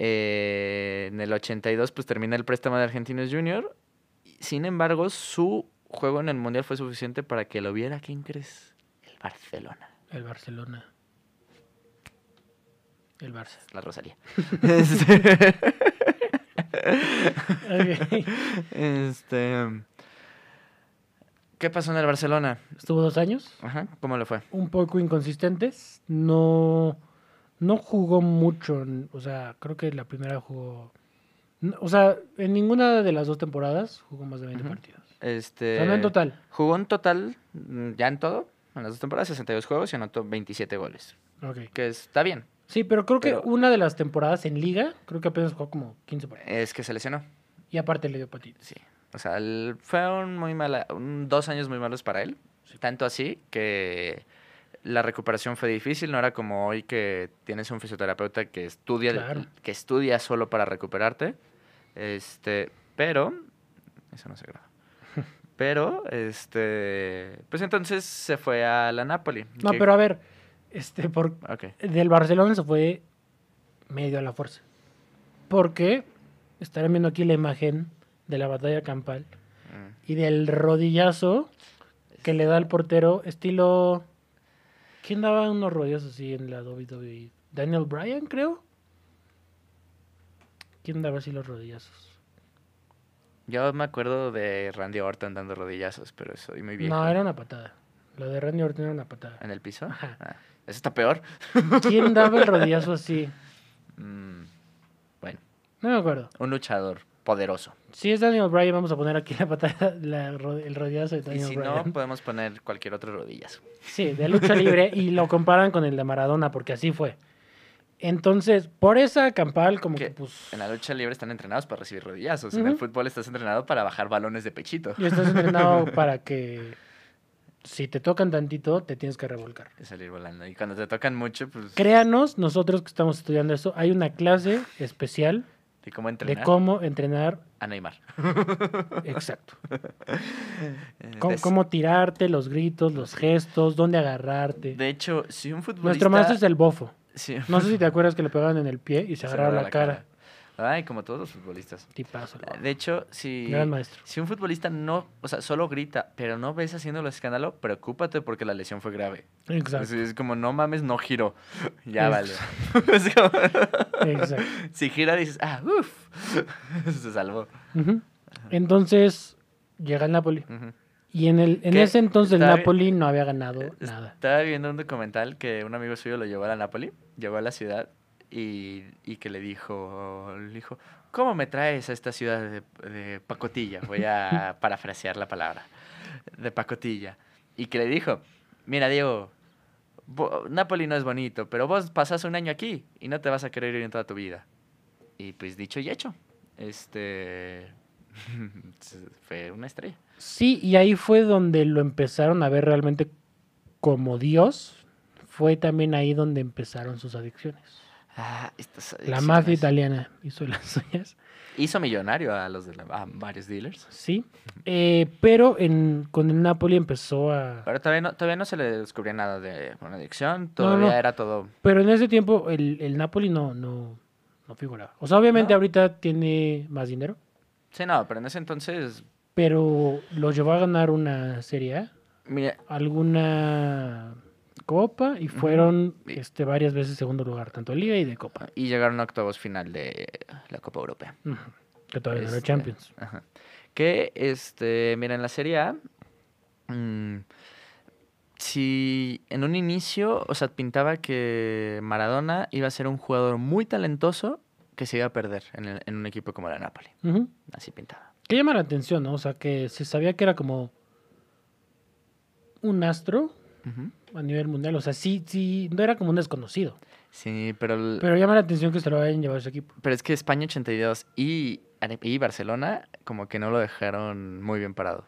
eh, en el 82 pues termina el préstamo de Argentinos Junior. Y, Sin embargo, su juego en el Mundial fue suficiente para que lo viera, ¿quién crees? El Barcelona, El Barcelona. El Barça. la Rosalía. Este, Ok. este, ¿Qué pasó en el Barcelona? Estuvo dos años. Ajá, ¿Cómo le fue? un poco inconsistentes. No, no jugó mucho. n- O sea, creo que la primera jugó. n- O sea, en ninguna de las dos temporadas jugó más de 20 Ujú. partidos. O Este, sea, no en total. Jugó en total, mm, ya en todo, en las dos temporadas, 62 juegos y anotó 27 goles. Ok. Que está bien. Sí, pero creo que Pero- una de las temporadas en liga, creo que apenas jugó como 15 partidos. Es que se lesionó. Y aparte le dio patitas. Sí. O sea, el- fue un muy mala, un- dos años muy malos para él. Tanto así que la recuperación fue difícil. No era como hoy que tienes un fisioterapeuta que estudia, Claro. que estudia solo para recuperarte. Este, pero eso no se graba. Pero, este, pues entonces se fue a la Napoli. No, que- pero a ver, este, por, Ok. del Barcelona se fue medio a la fuerza. Porque estarán viendo aquí la imagen de la batalla campal. Mm. y del rodillazo que le da al portero, estilo. ¿Quién daba unos rodillazos así en la WWE? Daniel Bryan, creo. ¿Quién daba así los rodillazos? Yo me acuerdo de Randy Orton dando rodillazos, pero soy muy viejo. No, era una patada. Lo de Randy Orton era una patada. ¿En el piso? Ajá. Ah, ¿Eso está peor? ¿Quién daba el rodillazo así? Mm, bueno, No me acuerdo. un luchador poderoso. Si es Daniel Bryan, vamos a poner aquí la patada, la ro- el rodillazo de Y Daniel si no, Bryan. podemos poner cualquier otro rodillazo. Sí, de lucha libre y lo comparan con el de Maradona, porque así fue. Entonces, por esa campal, como Que que pues. En la lucha libre están entrenados para recibir rodillazos. En el Ujú. fútbol estás entrenado para bajar balones de pechito. Y estás entrenado para que si te tocan tantito, te tienes que revolcar. Y salir volando. Y cuando te tocan mucho, pues... Créanos, nosotros que estamos estudiando eso, hay una clase especial ¿De cómo de entrenar? cómo entrenar, A Neymar. exacto. Eh, Cómo, des- cómo tirarte, los gritos, los gestos, dónde agarrarte. De hecho, si un futbolista... Nuestro maestro es el bofo. si- No sé si te acuerdas que le pegaban en el pie y se se agarraba agarra la cara. Ay, como todos los futbolistas. Tipazo. el bofo. De hecho, si... Gran maestro. Si un futbolista no, o sea, solo grita, pero no ves haciéndolo escándalo, preocúpate porque la lesión fue grave. Exacto. Así es como, no mames, no giro. Ya vale. Exacto. Es como- Exacto. si gira, dices, ah, uff. Se salvó. Ujú. Entonces, llega el Napoli. Ujú. Y en, el, en ¿Qué? ese entonces el Está bien. Napoli no había ganado Eh, nada. Estaba viendo un documental que un amigo suyo lo llevó a la Napoli, llegó a la ciudad y, y que le dijo, le dijo, ¿cómo me traes a esta ciudad de, de pacotilla? Voy a parafrasear la palabra, de pacotilla. Y que le dijo, mira Diego, vo- Napoli no es bonito, pero vos pasás un año aquí y no te vas a querer ir en toda tu vida. Y pues dicho y hecho, este... fue una estrella. Sí, y ahí fue donde lo empezaron a ver realmente como Dios. Fue también ahí donde empezaron sus adicciones. Ah, estas La adicciones. mafia italiana hizo las suyas. Hizo millonario a los de la- a varios dealers. Sí, eh, pero en, con el Napoli empezó a... Pero todavía no, todavía no se le descubría nada de una adicción. Todavía no. era todo. Pero en ese tiempo el, el Napoli no, no, no figuraba. O sea, obviamente No. ahorita tiene más dinero, Sí, no, pero en ese entonces. pero lo llevó a ganar una Serie A, Mira, alguna copa y fueron Y- este, varias veces segundo lugar, tanto de liga y de copa, y llegaron a octavos final de la Copa Europea. Ujú. que todavía no era Este, Champions. Ajá. Que, este, mira, en la Serie A, mm, si en un inicio, o sea, pintaba que Maradona iba a ser un jugador muy talentoso que se iba a perder en, el- en un equipo como la Napoli. Ujú. Así pintaba. Que llama la atención, ¿no? O sea, que se sabía que era como un astro Ujú. a nivel mundial, o sea, sí, sí, no era como un desconocido. Sí, pero, el- Pero llama la atención que se lo hayan llevado a su equipo. Pero es que España 82 y, Are- y Barcelona como que no lo dejaron muy bien parado.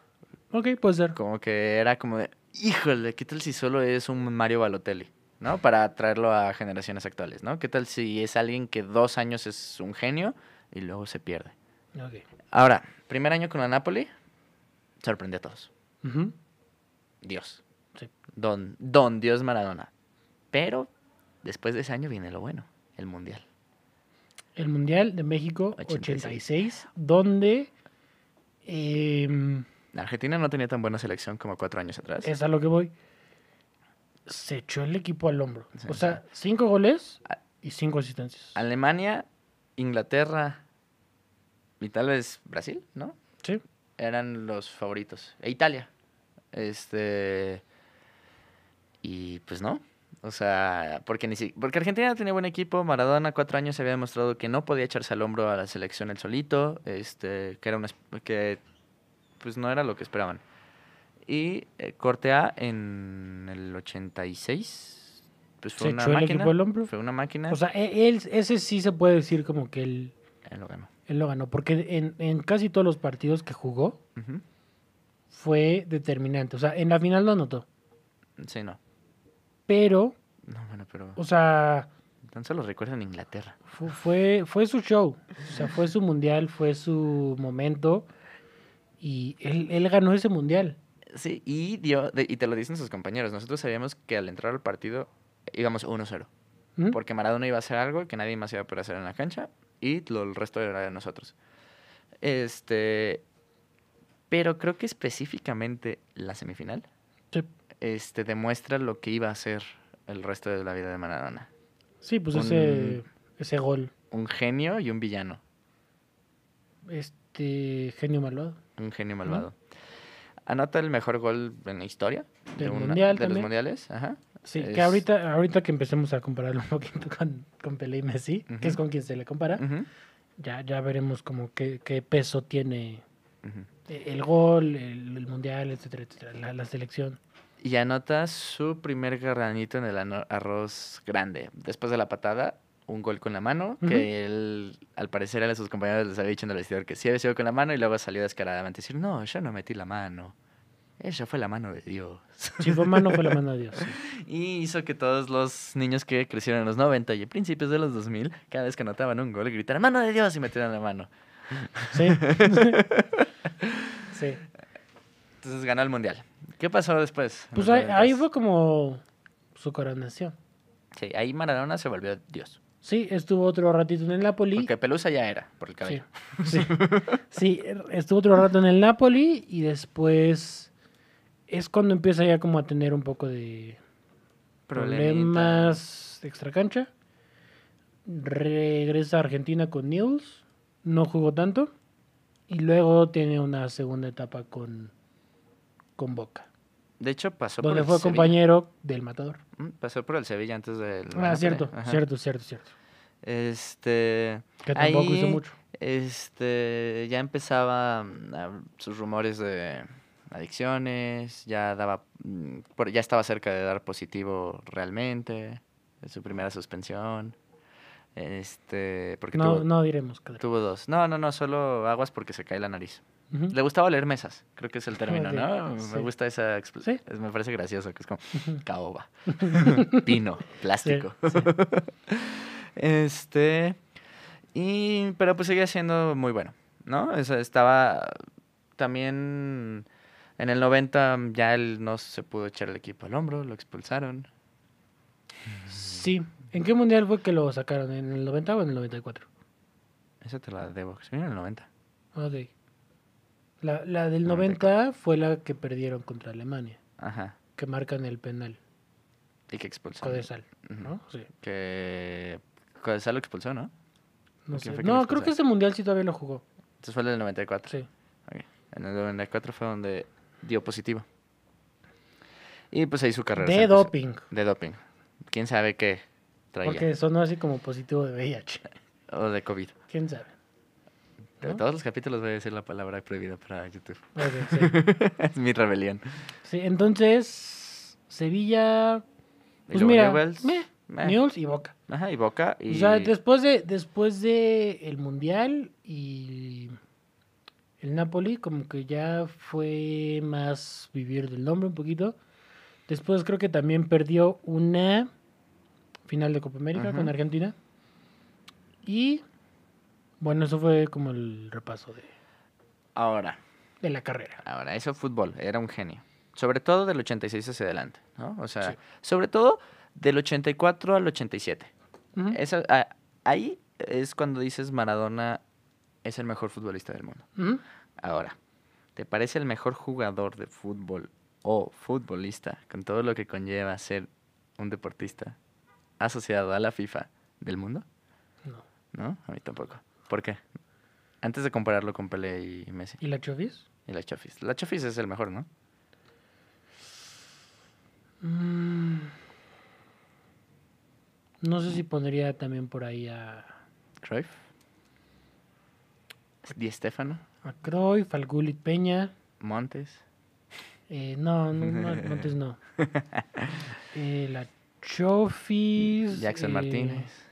Ok, puede ser. Como que era como de, híjole, ¿qué tal si solo es un Mario Balotelli? ¿No? Para traerlo a generaciones actuales, ¿no? ¿Qué tal si es alguien que dos años es un genio y luego se pierde? Ok. Ahora, primer año con la Napoli, sorprendió a todos. Ujú. Dios. Sí. Don, don Dios Maradona. Pero después de ese año viene lo bueno, el Mundial. El Mundial de México 86. 86, donde em, Argentina no tenía tan buena selección como cuatro años atrás. es a lo que voy. Se echó el equipo al hombro. Sí, o sea, cinco goles y cinco asistencias. Alemania, Inglaterra y tal vez Brasil, ¿no? Sí. Eran los favoritos. E Italia. Este. Y pues no. O sea, porque, ni si- porque Argentina tenía buen equipo. Maradona, cuatro años, se había demostrado que no podía echarse al hombro a la selección él solito. Este, que era una. es- que pues no era lo que esperaban. Y eh, corte A en el 86. Pues fue Se una echó el máquina. equipo al hombro. Fue una máquina. O sea, e- él, ese sí se puede decir como que él, él lo ganó. él lo ganó. Porque en, en casi todos los partidos que jugó Ujú. fue determinante. O sea, en la final no anotó. Sí, no. Pero, No, bueno, pero o sea, tan solo recuerda en Inglaterra. Fu- Fue, fue su show, o sea, fue su mundial, fue su momento y él, él ganó ese mundial. Sí, y dio, de- y te lo dicen sus compañeros. Nosotros sabíamos que al entrar al partido íbamos 1-0. ¿Mm? Porque Maradona iba a hacer algo que nadie más iba a poder hacer en la cancha. Y lo, el resto era de nosotros. Este. Pero creo que específicamente la semifinal Sí, este, demuestra lo que iba a hacer el resto de la vida de Maradona. sí, pues Un- ese, ese gol, Un genio y un villano. este genio malvado. Un genio malvado. Anota el mejor gol en la historia. Del una- mundial de los también. mundiales. Ajá. Sí, Es- que ahorita, ahorita que empecemos a compararlo un poquito con, con Pelé y Messi, que es Ujú. con quien se le compara, Ujú, ya, ya veremos como qué, qué peso tiene ujú. e- el gol, el, el mundial, etcétera, etcétera, la, la selección. Y anota su primer granito en el ano- arroz grande. Después de la patada, un gol con la mano. Ujú. Que él, al parecer, a sus compañeros les había dicho en el vestidor que sí había sido con la mano. Y luego salió descaradamente a decir: No, yo no metí la mano. Ella fue la mano de Dios. Si fue mano, fue la mano de Dios. sí. Y hizo que todos los niños que crecieron en los 90 y a principios de los 2000, cada vez que anotaban un gol, gritaran: ¡Mano de Dios! y metieran la mano. Sí. sí. Entonces ganó el mundial. ¿Qué pasó después? en Pues los ahí, ahí 90s? fue como su coronación. Sí, ahí Maradona se volvió Dios. Sí, estuvo otro ratito en el Napoli. Porque Pelusa ya era, por el sí, cabello. sí. Sí, er, estuvo otro rato en el Napoli y después es cuando empieza ya como a tener un poco de Problemita. problemas de extracancha. Regresa a Argentina con Nils, no jugó tanto. Y luego tiene una segunda etapa con, con Boca. De hecho, pasó por donde el fue Sevilla. compañero del matador. Mm, Pasó por el Sevilla antes del... Ah, Napoli. cierto, Ajá. cierto, cierto, cierto. Este... Que tampoco Ahí- hizo mucho. Este, ya empezaba mm, a- sus rumores de adicciones, ya daba, mm, por- ya estaba cerca de dar positivo realmente, en su primera suspensión, este, porque No, tuvo, no diremos, cabrón. tuvo dos. No, no, no, solo aguas porque se cae la nariz. Ujú. Le gustaba leer mesas, creo que es el término, Joder, ¿no? sí. Me gusta esa, expl- Sí. es- me parece gracioso, que es como Ujú. caoba, pino, plástico. Sí, sí. Este. Y, pero pues seguía siendo muy bueno, ¿no? O sea, estaba también en el 90 ya él no se pudo echar el equipo al hombro, lo expulsaron. Sí. ¿En qué mundial fue que lo sacaron? ¿En el 90 o en el 94? Esa te la debo. Se vino en el 90. Ok. La, la del 94. 90 fue la que perdieron contra Alemania, Ajá. que marcan el penal, Y que expulsaron. Codesal, Ujú. ¿no? Sí. Que Codesal lo expulsó, ¿no? No, ¿Quién sé. fue que No, lo creo que expulsaron? ese mundial sí todavía lo jugó. Entonces fue el del 94. Sí. Ok. En el 94 fue donde dio positivo. Y pues ahí su carrera. se De empezó- doping. De doping. ¿Quién sabe qué traía? Porque sonó así como positivo de VIH. O de COVID. ¿Quién sabe? De ¿No? todos los capítulos voy a decir la palabra prohibida para YouTube. Ok, sí. es mi rebelión. Sí, entonces, Sevilla, Y pues luego mira, Newell's, meh, meh. Newell's y Boca. Ajá, y Boca. Y... O sea, después de, después de el Mundial y el Napoli, como que ya fue más vivir del nombre un poquito. Después creo que también perdió una final de Copa América Ajá. con Argentina. Y bueno, eso fue como el repaso de, Ahora, de la carrera. ahora, eso fútbol. Era un genio. Sobre todo del 86 hacia adelante, ¿no? O sea, Sí. sobre todo del 84 al 87. Ujú. Esa- a- ah, ahí es cuando dices Maradona es el mejor futbolista del mundo. Ujú. Ahora, ¿te parece el mejor jugador de fútbol o futbolista con todo lo que conlleva ser un deportista asociado a la FIFA del mundo? No. No, a mí tampoco. ¿Por qué? Antes de compararlo con Pelé y Messi ¿Y la Chovis? y la Chofis. La Chofis es el mejor, ¿no? Mm. No sé si pondría también por ahí a, Cruyff. Di Stefano, a Cruyff, al Gullit Peña. Montes. Eh, no, no, no, Montes no. Eh, la Chofis. Jackson eh, Martínez.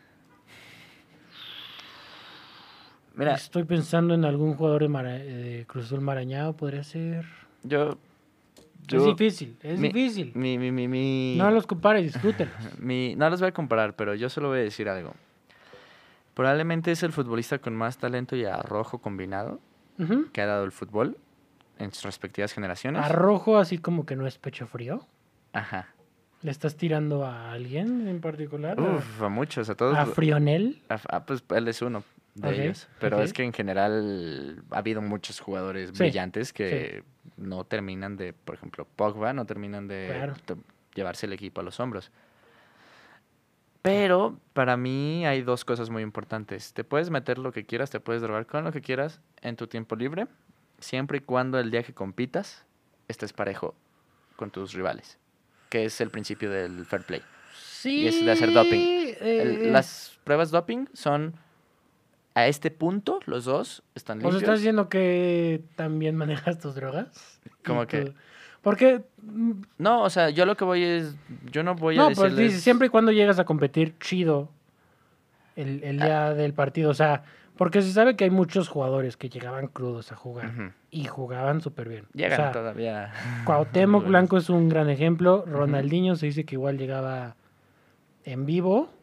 Mira, Estoy pensando en algún jugador de, Mara- eh, de Cruz Azul Marañao, podría ser. yo... es yo difícil, es mi- difícil. mi, mi, mi, mi... No los compares, disfrútenlos. Mi- no los voy a comparar, pero yo solo voy a decir algo. Probablemente es el futbolista con más talento y arrojo combinado Ujú. que ha dado el fútbol en sus respectivas generaciones. Arrojo así como que no es pecho frío. Ajá. ¿Le estás tirando a alguien en particular? ¿A- Uf, a muchos, a todos. ¿A Frionel? a- ah, pues él es uno de Ok, ellos. Pero ok. es que en general ha habido muchos jugadores Sí, brillantes que no terminan de, por ejemplo, Pogba, no terminan de Claro. to- llevarse el equipo a los hombros. Pero para mí hay dos cosas muy importantes. Te puedes meter lo que quieras, te puedes drogar con lo que quieras en tu tiempo libre, siempre y cuando el día que compitas estés parejo con tus rivales, que es el principio del fair play. Sí. es de hacer doping. El- eh, las pruebas doping son a este punto, los dos están ¿Vos limpios. estás diciendo que también manejas tus drogas? ¿Cómo Y que? tu- Porque. mm, No, o sea, yo lo que voy es, yo no voy a No, pues decirles. dice, siempre y cuando llegas a competir chido el, el día Ah. del partido. O sea, porque se sabe que hay muchos jugadores que llegaban crudos a jugar Ujú. y jugaban súper bien. Llegan o sea, todavía. Cuauhtémoc Bueno. Blanco es un gran ejemplo. Ronaldinho se dice que igual llegaba en vivo.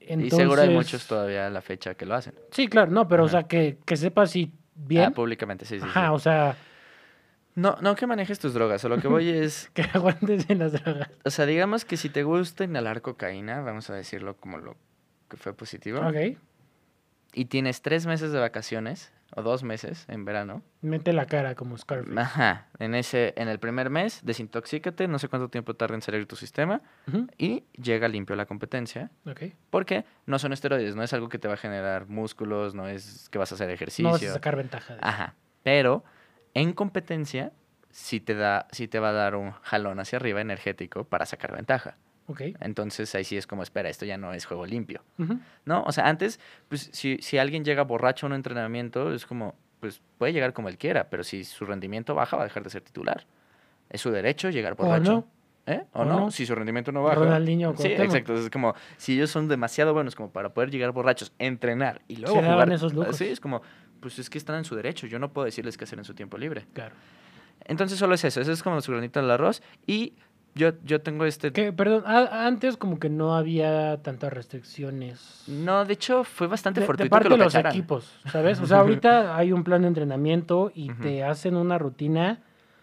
Y seguro hay Entonces- muchos todavía a la fecha que lo hacen. Ah, Sí, claro, no, pero o Ajá. sea, que, que sepa si Ah, bien. públicamente, sí, sí. sí. Ajá, o sea, No, no que manejes tus drogas, o lo que voy es, que aguantes en las drogas. o sea, digamos que si te gusta inhalar cocaína, vamos a decirlo como lo que fue positivo, Ok, y tienes tres meses de vacaciones, o dos meses en verano, mete la cara como Scarface. Ajá, en ese, en el primer mes, desintoxícate, no sé cuánto tiempo tarda en salir tu sistema Ujú, y llega limpio a la competencia, ok. porque no son esteroides, no es algo que te va a generar músculos, no es que vas a hacer ejercicio. No Ah. vas a sacar ventaja. de eso. Ajá, pero en competencia sí te, da, sí te va a dar un jalón hacia arriba energético para sacar ventaja. Ok. Entonces ahí sí es como, espera, esto ya no es juego limpio. Ujú. ¿No? O sea, antes, pues si, si alguien llega borracho a un entrenamiento, es como, pues puede llegar como él quiera, pero si su rendimiento baja, va a dejar de ser titular. Es su derecho llegar O borracho. no. ¿Eh? ¿O, ¿O no? no? Si su rendimiento no baja. Ronaldinho o Sí, Cuauhtémoc. exacto. Es como, si ellos son demasiado buenos como para poder llegar borrachos, entrenar y luego Se daban jugar. esos lujos. Sí, es como, pues es que están en su derecho. Yo no puedo decirles qué hacer en su tiempo libre. Claro. Entonces solo es eso. Eso es como su granito del arroz. Y yo, yo tengo este... Que, perdón, a- antes como que no había tantas restricciones. No, de hecho, fue bastante De- de, fortuito parte que lo de los cacharan. equipos, ¿sabes? O sea, ahorita hay un plan de entrenamiento y Ujú. te hacen una rutina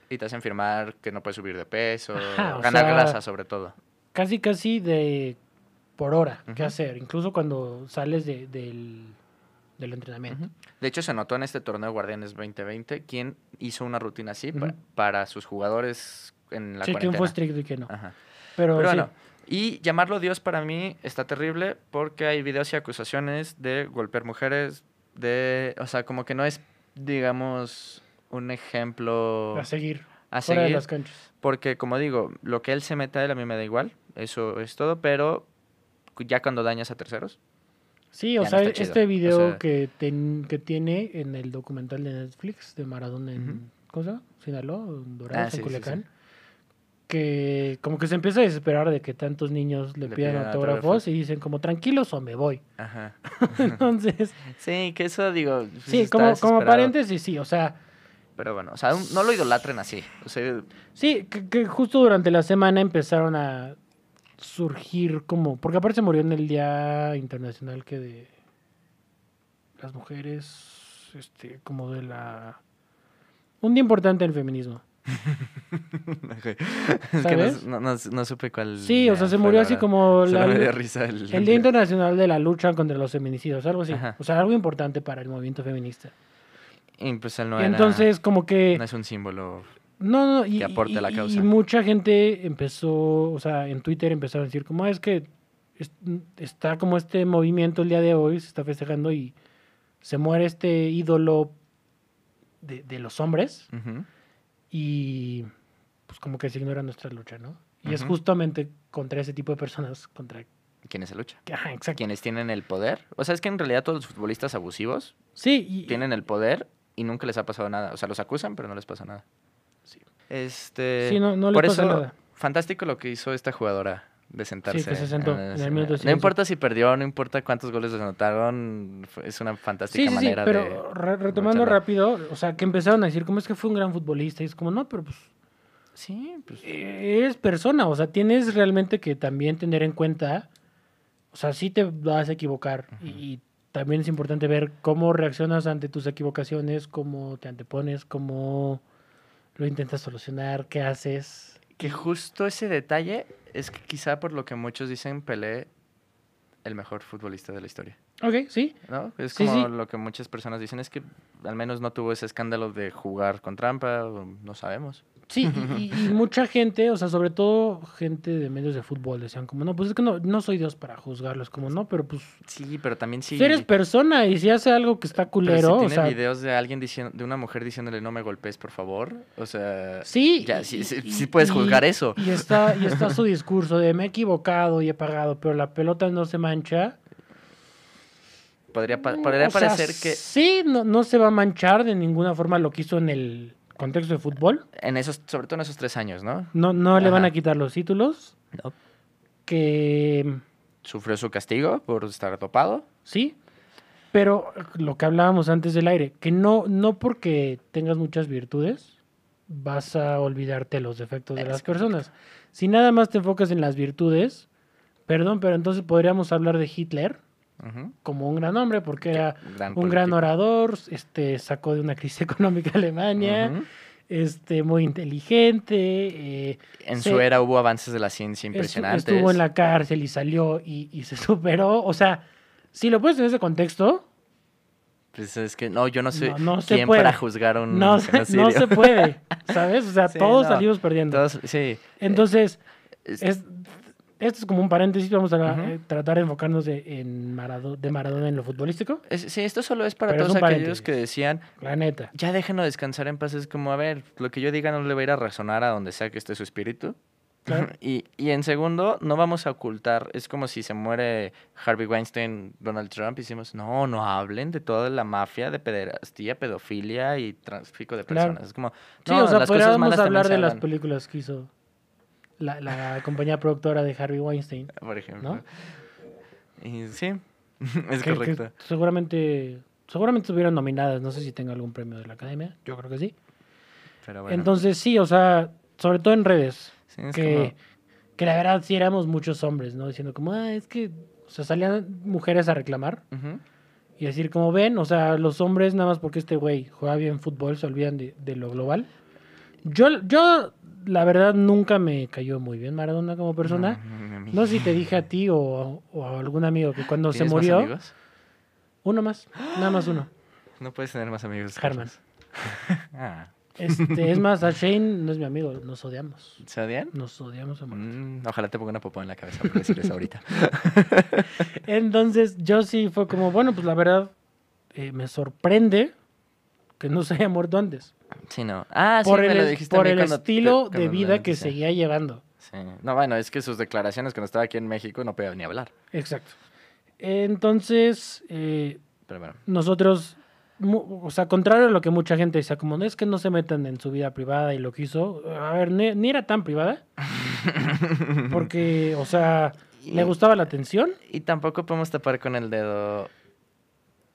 Y te hacen firmar que no puedes subir de peso, Ajá, o ganar sea- grasa sobre todo. casi casi de por hora que Ujú. hacer, incluso cuando sales de- del, del entrenamiento. De hecho, se notó en este torneo de Guardianes 2020 quién hizo una rutina así pa- Ujú. para, sus jugadores en la Sí, que cuarentena. un fue estricto y que no. Ajá. Pero, Pero sí, bueno, y llamarlo Dios para mí está terrible porque hay videos y acusaciones de golpear mujeres, de, o sea, como que no es, digamos, un ejemplo a seguir a fuera de seguir. las canchas. Porque, como digo, lo que él se meta a él a mí me da igual, eso es todo, pero cu- ya cuando dañas a terceros, Sí, o Ya no sea, está chido, este o video sea- que, ten- que tiene en el documental de Netflix de Maradona en Ujú. ¿cómo se llama? Sinaloa, en Dorados, Ah, en sí, sí, sí. Culiacán. Que como que se empieza a desesperar de que tantos niños le, Le pidan piden autógrafos, autógrafos. y dicen como tranquilos o me voy. ajá. Entonces, Sí, que eso digo. pues, sí, está como, como desesperado, paréntesis, sí, o sea, Pero bueno, o sea, un- no lo idolatren así. O sea, sí, que, que justo durante la semana empezaron a surgir como, porque aparte se murió en el Día Internacional que de las mujeres, este, como de la... Un día importante del feminismo. es que no, ¿Sabes? no- no- no supe cuál. Sí, o sea, ya se fue, murió la así verdad. como Solo la me dio lu- risa el. el Día Internacional de la Lucha contra los Feminicidios, algo así. Ajá. O sea, algo importante para el movimiento feminista. Y pues él no y era- entonces, eh, como que... No es un símbolo. No, no, y, que aporte y- a la y- causa. y mucha gente empezó, o sea, en Twitter empezaron a decir como, "Ah, es que es- está como este movimiento el día de hoy, se está festejando y se muere este ídolo de, de los hombres Ujú. y pues como que se ignora nuestra lucha, ¿no? Y es Ujú. justamente contra ese tipo de personas, contra... ¿Quiénes se lucha? Ajá, exacto. ¿Quiénes tienen el poder? O sea, es que en realidad todos los futbolistas abusivos Sí, y, tienen el poder y nunca les ha pasado nada. O sea, los acusan, pero no les pasa nada. Sí. Este, Sí, no- no les por pasa eso, nada. Fantástico lo que hizo esta jugadora de sentarse. que se sentó en el escena. minuto de no silencio. importa si perdió, no importa cuántos goles les anotaron. fue- Es una fantástica Sí, sí, sí, manera pero de. re- retomando lucharla. rápido, o sea, que empezaron a decir como es que fue un gran futbolista y es como, no, pero pues... Sí, pues. eres persona, o sea, tienes realmente que también tener en cuenta, o sea, sí te vas a equivocar y, y también es importante ver cómo reaccionas ante tus equivocaciones, cómo te antepones, cómo lo intentas solucionar, qué haces. Que justo ese detalle es que quizá por lo que muchos dicen Pelé el mejor futbolista de la historia, Ok, sí, ¿no? Es Sí, como sí. lo que muchas personas dicen es que al menos no tuvo ese escándalo de jugar con trampa, o no sabemos. sí, y, y- y mucha gente, o sea, sobre todo gente de medios de fútbol, decían como, no, pues es que no, no soy Dios para juzgarlos, como, no, pero pues, Sí, pero también sí. si eres persona y si hace algo que está Pero si culero, o tiene sea, videos de alguien diciendo, de una mujer diciéndole no me golpes, por favor. O sea, Sí. ya, y- sí, y- sí- y- sí puedes y- juzgar eso. Y está, y está su discurso de me he equivocado y he pagado, pero la pelota no se mancha. Podría, pa- podría O sea, parecer que Sí, no, no se va a manchar de ninguna forma lo que hizo en el contexto de fútbol. en esos, sobre todo en esos tres años, ¿no? No, no le van a Ajá. quitar los títulos. Que Sufrió su castigo por estar topado. sí. Pero lo que hablábamos antes del aire, que no, no porque tengas muchas virtudes vas a olvidarte los defectos de Es las personas. Si nada más te enfocas en las virtudes, perdón, pero entonces podríamos hablar de Hitler. Ujú. como un gran hombre porque era Gran un gran político. orador, este sacó de una crisis económica a Alemania, Ujú. este muy inteligente, eh, En se- su era hubo avances de la ciencia estu- impresionantes. estuvo en la cárcel y salió y, y se superó, o sea, si lo puedes en ese contexto, Pues es que no, yo no sé No, no se quién puede. para juzgar a un no, se, no genocidio. se puede, ¿sabes? O sea, Sí, todos no. salimos perdiendo. Todos- sí. Entonces, eh, Es- es, esto es como un paréntesis, vamos a Ujú. eh, tratar de enfocarnos de- en Marado- de Maradona en lo futbolístico. Es- sí, esto solo es para Pero es todos un aquellos paréntesis. que decían, La neta. ya déjenlo descansar en paz. Es como, a ver, lo que yo diga no le va a ir a resonar a donde sea que esté su espíritu. Claro. y, y en segundo, no vamos a ocultar. Es como si se muere Harvey Weinstein, Donald Trump. Hicimos, no, no hablen de toda la mafia de pederastía, pedofilia y tráfico de Claro. personas. Es como, Sí, no, o sea, las cosas podríamos malas también hablar se de las hablan", películas que hizo la, la compañía productora de Harvey Weinstein. Por ejemplo. ¿no? Y sí, es que- que correcto. seguramente, seguramente estuvieron nominadas. No sé si tenga algún premio de la academia. Yo creo que sí. Pero bueno, Entonces, sí, o sea, sobre todo en redes. sí, es que, que la verdad sí éramos muchos hombres, ¿no? Diciendo como, ah, es que, o sea, salían mujeres a reclamar como, ujú, y decir como, ven, o sea, los hombres nada más porque este güey juega bien fútbol se olvidan de, de lo global. Yo, yo, la verdad, nunca me cayó muy bien Maradona como persona. no, no, no, No sé si te dije a ti o, o a algún amigo que cuando se ¿Tienes más murió, amigos? uno más, nada más uno, No puedes tener más amigos. Germán. Carlos. Ah, Este, es más, a Shane no es mi amigo, nos odiamos. ¿Se odian? Nos odiamos a muerte. Mm, ojalá te ponga una popó en la cabeza por decir eso ahorita. Entonces, yo sí fue como, bueno, pues la verdad, eh, me sorprende que no se haya muerto antes. Sí, no. Ah, sí, por me el, lo es- dijiste a por mí el cuando te- estilo cuando de la vida que noticia. seguía llevando. Sí. No, bueno, es que sus declaraciones cuando estaba aquí en México no podía ni hablar. Exacto. Entonces, eh, Pero bueno. nosotros, mu- o sea, contrario a lo que mucha gente decía, como es que no se metan en su vida privada y lo que hizo, a ver, ni, ni era tan privada, porque, o sea, le gustaba la atención. Y tampoco podemos tapar con el dedo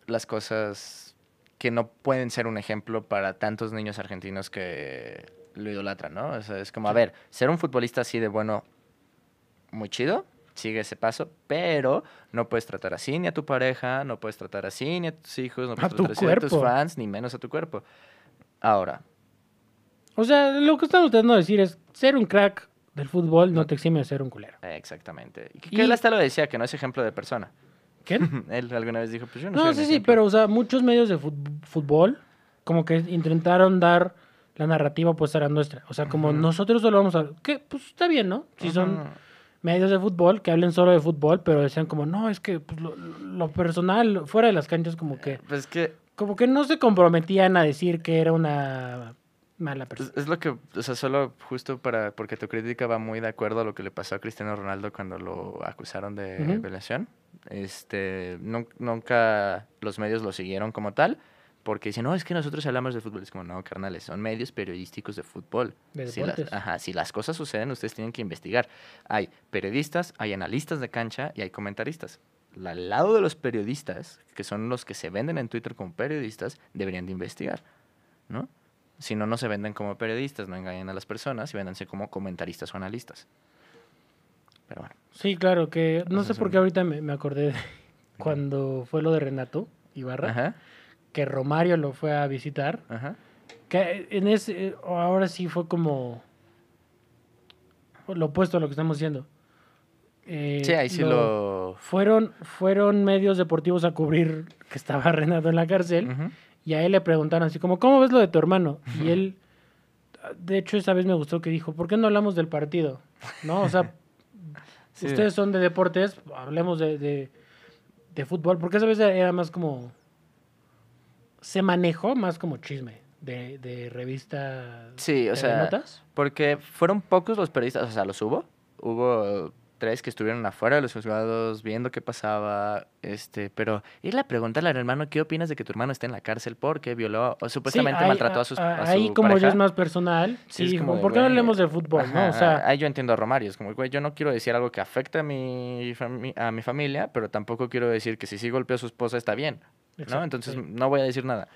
las cosas que no pueden ser un ejemplo para tantos niños argentinos que lo idolatran, ¿no? O sea, es como, a ver, ser un futbolista así de bueno, muy chido, sigue ese paso, pero no puedes tratar así ni a tu pareja, no puedes tratar así ni a tus hijos, no A puedes tu tratar así a tus cuerpo. fans, ni menos a tu cuerpo. Ahora, O sea, lo que estamos tratando de decir es, ser un crack del fútbol no te exime de ser un culero. exactamente. Y... Y- Que él hasta lo decía, que no es ejemplo de persona. ¿Qué? él alguna vez dijo, pues yo no, No, soy un sí, sí, ejemplo. pero, o sea, muchos medios de fut- fútbol como que intentaron dar la narrativa opuesta a la nuestra. O sea, como Ujú. nosotros solo vamos a... Que, pues está bien, ¿no? Si son Ajá. medios de fútbol que hablen solo de fútbol, pero decían como, no, es que pues, lo, lo personal fuera de las canchas como que... Pues que Como que no se comprometían a decir que era una mala Pues, persona. Es lo que, o sea, solo justo para, porque tu crítica va muy de acuerdo a lo que le pasó a Cristiano Ronaldo cuando lo acusaron de Ujú. violación. Este, nun- nunca los medios lo siguieron como tal, porque dicen, no, es que nosotros hablamos de fútbol. Es como, no, carnales, son medios periodísticos de fútbol. De si las, deportes. ajá, si las cosas suceden, ustedes tienen que investigar. Hay periodistas, hay analistas de cancha y hay comentaristas. La- Al lado de los periodistas, que son los que se venden en Twitter como periodistas, deberían de investigar, ¿no? Si no, no se venden como periodistas, no engañen a las personas y véndanse como comentaristas o analistas. Pero bueno. Sí, claro, que no Ajá, sé sí. por qué ahorita me, me acordé de cuando fue lo de Renato Ibarra, Ajá, que Romario lo fue a visitar. ajá. Que en ese, eh, ahora sí fue como lo opuesto a lo que estamos haciendo. Eh, Sí, ahí sí lo... Fueron, fueron medios deportivos a cubrir que estaba Renato en la cárcel Ujú. y a él le preguntaron así como, ¿cómo ves lo de tu hermano? Y él, de hecho esa vez me gustó que dijo, ¿por qué no hablamos del partido? ¿No? O sea, Sí. ustedes son de deportes, hablemos de, de, de fútbol, porque esa vez era más como, se manejó más como chisme de, de revista. Sí, o TV sea, Notas. Porque fueron pocos los periodistas, o sea, los hubo. Hubo tres que estuvieron afuera de los juzgados viendo qué pasaba, este, pero irle a preguntarle al hermano qué opinas de que tu hermano esté en la cárcel porque violó o supuestamente Sí, ahí- maltrató a sus a su Ahí como pareja. ya es más personal, Sí, sí, es dijo, como de, ¿por qué no güey, hablemos de fútbol? no? O Ajá, sea, ahí yo entiendo a Romario, es como, güey, yo no quiero decir algo que afecte a mi, fami- a mi familia, pero tampoco quiero decir que si sí golpeó a su esposa está bien, ¿no? exacto, Entonces sí. no voy a decir nada.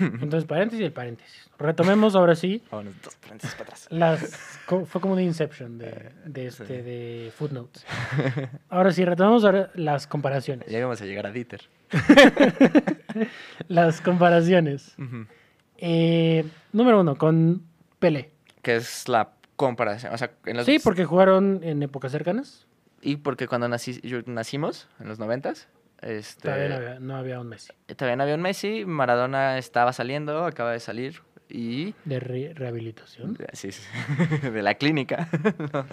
Entonces, paréntesis y el paréntesis. Retomemos ahora sí Vámonos, dos paréntesis para atrás. las... co- Fue como una Inception de, de, Eh, sí. este, de Footnotes. Ahora sí, retomemos ahora las comparaciones. Ya íbamos a llegar a Dieter. Las comparaciones. Eh, número uno, con Pelé. Que es la comparación, o sea, en los Sí, porque jugaron en épocas cercanas. Y porque cuando nací, yo- nacimos, en los noventas, este, Todavía no había, no había un Messi todavía no había un Messi, Maradona estaba saliendo, acaba de salir, y... de re- rehabilitación. Sí, sí, de la clínica. ¿no?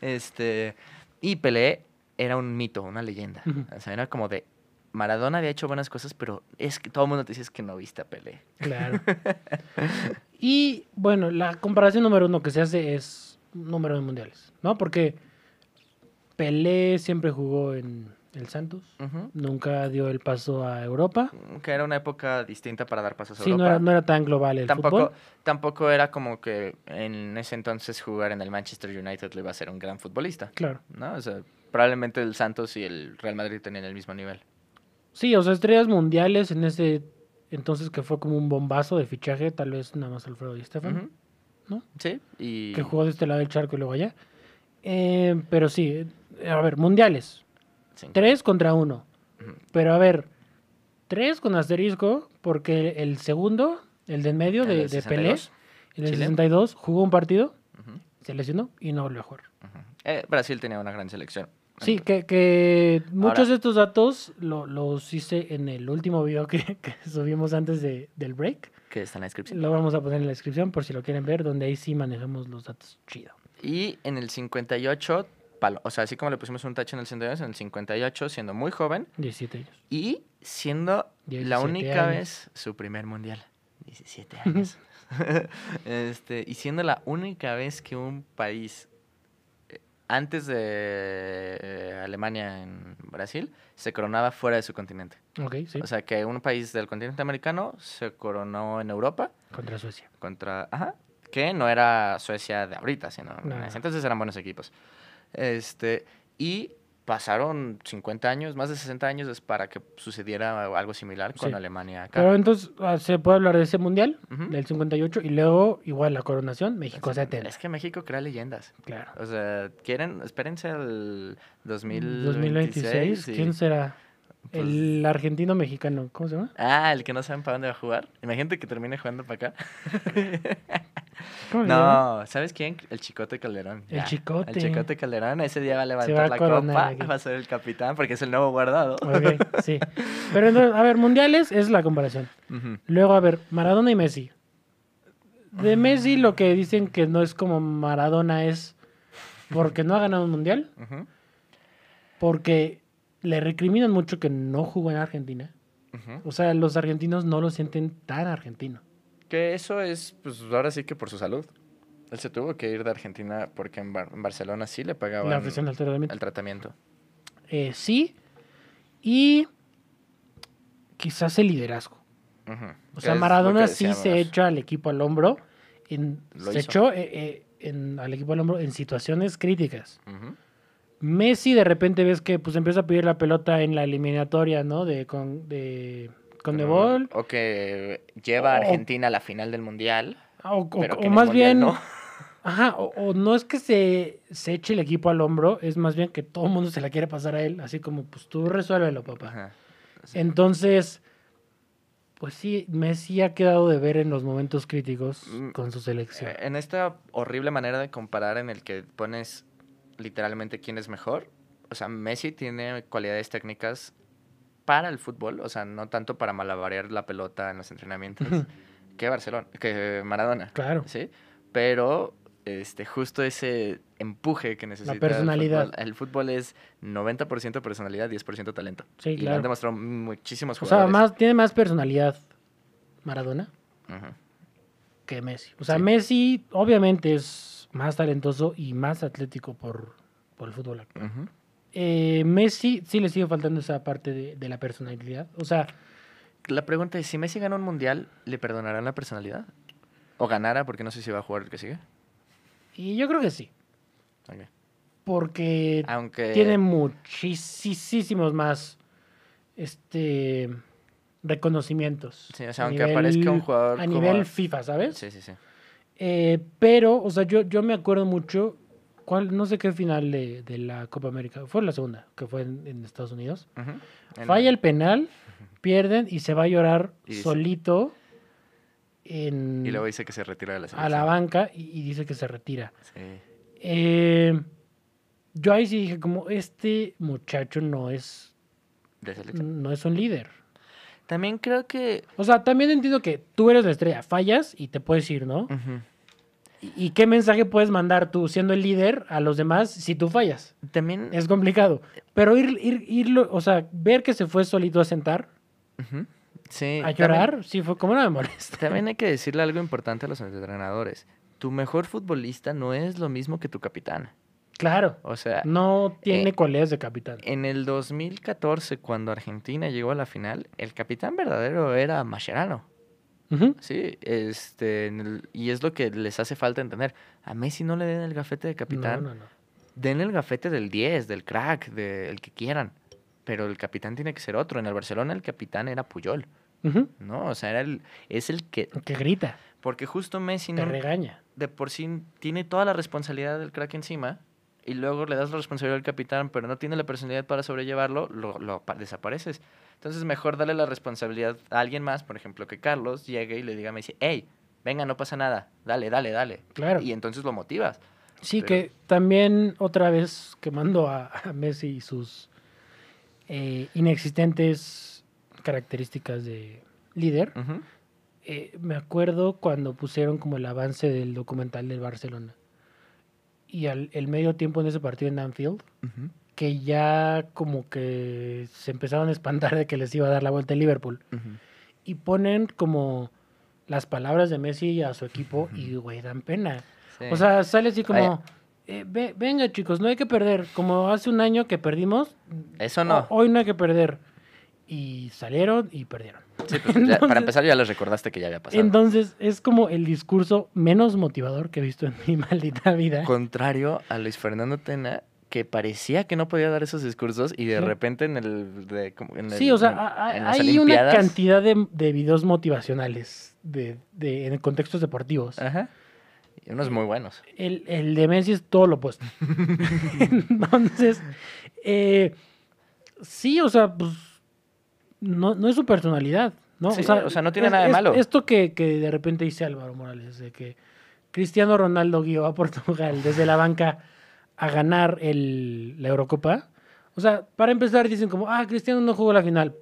Este, Y Pelé era un mito, una leyenda. Ujú. O sea, era como de. Maradona había hecho buenas cosas, pero es que todo el mundo te dice "Es que no viste a Pelé. Claro. y bueno, la comparación número uno que se hace es número de mundiales, ¿no? Porque Pelé siempre jugó en el Santos, Ujú. nunca dio el paso a Europa. Que era una época distinta para dar pasos a Sí, pues, Europa. no era, no era tan global el tampoco, fútbol. tampoco era como que en ese entonces jugar en el Manchester United le iba a ser un gran futbolista. Claro. ¿no? O sea, probablemente el Santos y el Real Madrid tenían el mismo nivel. Sí, o sea, estrellas mundiales en ese entonces que fue como un bombazo de fichaje, tal vez nada más Alfredo y Estefan, Ujú. ¿no? Sí, y. que jugó de este lado del charco y luego allá. Eh, pero sí, eh, a ver, mundiales. sí. Tres contra uno. Ujú. Pero a ver, tres con asterisco, porque el segundo, el de en medio El de, del de Pelé, 62, el del Chile. 62, jugó un partido, Ujú, se lesionó y no volvió a jugar. ujú. Eh, Brasil tenía una gran selección. Sí, que, que muchos Ahora- de estos datos lo- los hice en el último video que, que subimos antes de- del break. Que está en la descripción. Lo vamos a poner en la descripción por si lo quieren ver, donde ahí sí manejamos los datos chido. Y en el 58, palo. O sea, así como le pusimos un tacho en el 52, en el 58, siendo muy joven 17 años. y siendo la 17 única años. vez su primer mundial. 17 años. este, y siendo la única vez que un país eh, antes de eh, Alemania en Brasil se coronaba fuera de su continente. Ok, sí. O sea, que un país del continente americano se coronó en Europa Contra Suecia. contra... Ajá, que no era Suecia de ahorita, sino... en No. ese Entonces eran buenos equipos. Este, y pasaron 50 años, más de 60 años es para que sucediera algo similar con Sí. Alemania acá. Pero entonces ah, se puede hablar de ese mundial, Ujú. del 58, y luego igual la coronación, México O sea, 70. Es que México crea leyendas. Claro. O sea, quieren, espérense al 2026. 2026, y- ¿quién será? pues- El argentino mexicano, ¿cómo se llama? Ah, el que no saben para dónde va a jugar. Imagínate que termine jugando para acá. ¿Cómo se llama? No, ¿sabes quién? El Chicote Calderón. El Ya, Chicote. El Chicote Calderón. Ese día va a Se va a levantar la coronar copa. aquí. Va a ser el capitán porque es el nuevo guardado. Ok, sí. Pero entonces, a ver, mundiales es la comparación. Ujú. Luego, a ver, Maradona y Messi. De Messi lo que dicen que no es como Maradona es porque no ha ganado un mundial, Ujú. porque le recriminan mucho que no jugó en Argentina. Ujú. O sea, los argentinos no lo sienten tan argentino. Que eso es, pues ahora sí que por su salud. Él se tuvo que ir de Argentina porque en, Bar- en Barcelona sí le pagaban la afición al tratamiento. el tratamiento. Eh, sí. Y quizás el liderazgo. Ujú. O Que sea, es lo Maradona que sí decíamos. se echa al equipo al hombro. en- Lo se hizo. echó eh, eh, en- al equipo al hombro en situaciones críticas. Ujú. Messi de repente ves que pues empieza a pedir la pelota en la eliminatoria, ¿no? De con de Conmebol. O que lleva a O- Argentina a la final del mundial. Ah, O, o- pero que o en el más mundial bien, no. ajá, o, o no es que se, se eche el equipo al hombro, es más bien que todo el mundo se la quiere pasar a él, así como pues tú resuélvelo, papá. Ajá. Sí. Entonces, pues sí, Messi ha quedado de ver en los momentos críticos Mm, con su selección. Eh, En esta horrible manera de comparar en el que pones literalmente quién es mejor. O sea, Messi tiene cualidades técnicas para el fútbol, o sea, no tanto para malabarear la pelota en los entrenamientos que Barcelona, que Maradona. claro. ¿sí? Pero este, justo ese empuje que necesita. el personalidad. fútbol. El fútbol, es 90% personalidad, 10% talento. Sí, y lo claro. han demostrado muchísimos O sea, jugadores. más, tiene más personalidad Maradona Ujú. que Messi. O sea, Sí. Messi obviamente es más talentoso y más atlético por, por el fútbol. Ujú. Eh, Messi sí le sigue faltando esa parte de, de la personalidad. O sea, La pregunta es, si Messi gana un mundial, ¿le perdonarán la personalidad? ¿O ganara? Porque no sé si va a jugar el que sigue. y yo creo que sí. Ok. Porque Aunque... tiene muchísimos más este reconocimientos. Sí, o sea, a aunque aparezca un jugador A como- nivel FIFA, ¿sabes? Sí, sí, sí. Eh, pero, o sea, yo, yo me acuerdo mucho, cuál, no sé qué final de, de la Copa América, fue la segunda, que fue en, en Estados Unidos. Ujú. En- Falla el penal, pierden y se va a llorar Y dice- solito en, Y luego dice que se retira de la a selección. la banca y, y dice que se retira. Sí. Eh, yo ahí sí dije como, este muchacho no es, De selección. no es un líder. También creo que... Mm. O sea, también entiendo que tú eres la estrella, fallas y te puedes ir, ¿no? Ujú. ¿Y y qué mensaje puedes mandar tú siendo el líder a los demás si tú fallas? También. Es complicado. Pero ir, ir, irlo, o sea, ver que se fue solito a sentar, Ujú. Sí. a también- llorar, sí fue como no me molesta. También hay que decirle algo importante a los entrenadores. Tu mejor futbolista no es lo mismo que tu capitán. Claro, O sea, no tiene Eh, cualidades de capitán. en el 2014, cuando Argentina llegó a la final, el capitán verdadero era Mascherano. eh, Ujú. Sí, este, en el- y es lo que les hace falta entender. A Messi no le den el gafete de capitán, No, no, no. denle el gafete del 10, del crack, del que quieran. Pero el capitán tiene que ser otro. En el Barcelona el capitán era Puyol, Ujú. ¿no? O sea, era el, es el que... Que grita, Porque justo Messi te no, regaña. de por sí tiene toda la responsabilidad del crack encima y luego le das la responsabilidad al capitán, pero no tiene la personalidad para sobrellevarlo, lo, lo pa- desapareces. Entonces, mejor darle la responsabilidad a alguien más, por ejemplo, que Carlos llegue y le diga a Messi, hey, venga, no pasa nada, dale, dale, dale. Claro. Y entonces lo motivas. Sí, Pero- que también otra vez quemando a, a Messi y sus eh, inexistentes características de líder. Ujú. eh, me acuerdo cuando pusieron como el avance del documental del Barcelona. Y al, el medio tiempo en ese partido en Anfield, que ya como que se empezaron a espantar de que les iba a dar la vuelta en Liverpool. Y ponen como las palabras de Messi a su equipo y, güey, dan pena. Sí. O sea, sale así como, eh, ve- venga chicos, no hay que perder. Como hace un año que perdimos, Eso no. ho- hoy no hay que perder. Y salieron y perdieron. Sí, pues, ya- para Entonces- empezar ya les recordaste que ya había pasado. Entonces, es como el discurso menos motivador que he visto en mi maldita vida. Contrario a Luis Fernando Tena, que parecía que no podía dar esos discursos y de Sí. repente en el... de- como en el- Sí, o sea, en- a- a- en las hay una Olimpiadas- cantidad de, de videos motivacionales de, de- en contextos deportivos. Ajá. Y unos muy buenos. El, el de Messi es todo lo opuesto. Entonces, eh, sí, o sea, pues no, no es su personalidad, ¿no? Sí, o sea, no tiene es- nada de es- malo. Esto que, que de repente dice Álvaro Morales, de que Cristiano Ronaldo guió a Portugal desde la banca a ganar el, la Eurocopa. O sea, para empezar dicen como, ah, Cristiano no jugó la final.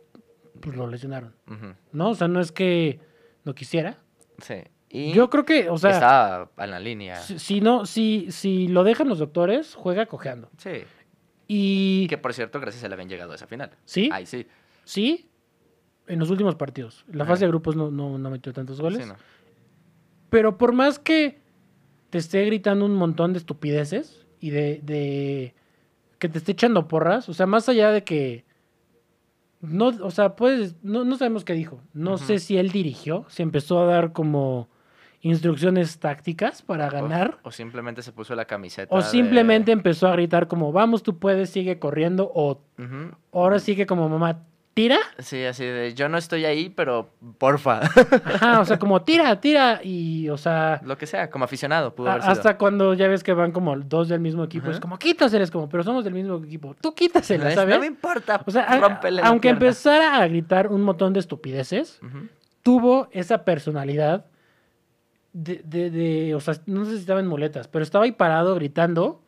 Pues lo lesionaron, Ujú. ¿no? O sea, no es que no quisiera. Sí. Y Yo creo que, o sea... estaba en la línea. Si, si no, si, si lo dejan los doctores, juega cojeando. Sí. Y Y que por cierto, gracias a él habían llegado a esa final. sí, Ay, sí. sí, en los últimos partidos. La Ah. fase de grupos no, no, no metió tantos goles. Sí, no. Pero por más que te esté gritando un montón de estupideces y de, de que te esté echando porras, o sea, más allá de que no, o sea, puedes, no, no sabemos qué dijo. No Ujú. sé si él dirigió, si empezó a dar como instrucciones tácticas para ganar. O, o simplemente se puso la camiseta. O de- simplemente empezó a gritar como, vamos, tú puedes, sigue corriendo. O Ujú. ahora sigue como, mamá, tira. Sí, así de yo no estoy ahí, pero porfa. Ajá, o sea, como, tira, tira. Y, o sea, Lo que sea, como aficionado pudo a- haber sido. hasta cuando ya ves que van como dos del mismo equipo, es Ajá. como, quítaseles, como, pero somos del mismo equipo. Tú No quítasela, es- ¿sabes? No me importa. o sea, a- rómpele la aunque pierna. empezara a gritar un montón de estupideces, Ujú. tuvo esa personalidad de, de, de- o sea, no sé si estaba en muletas, pero estaba ahí parado gritando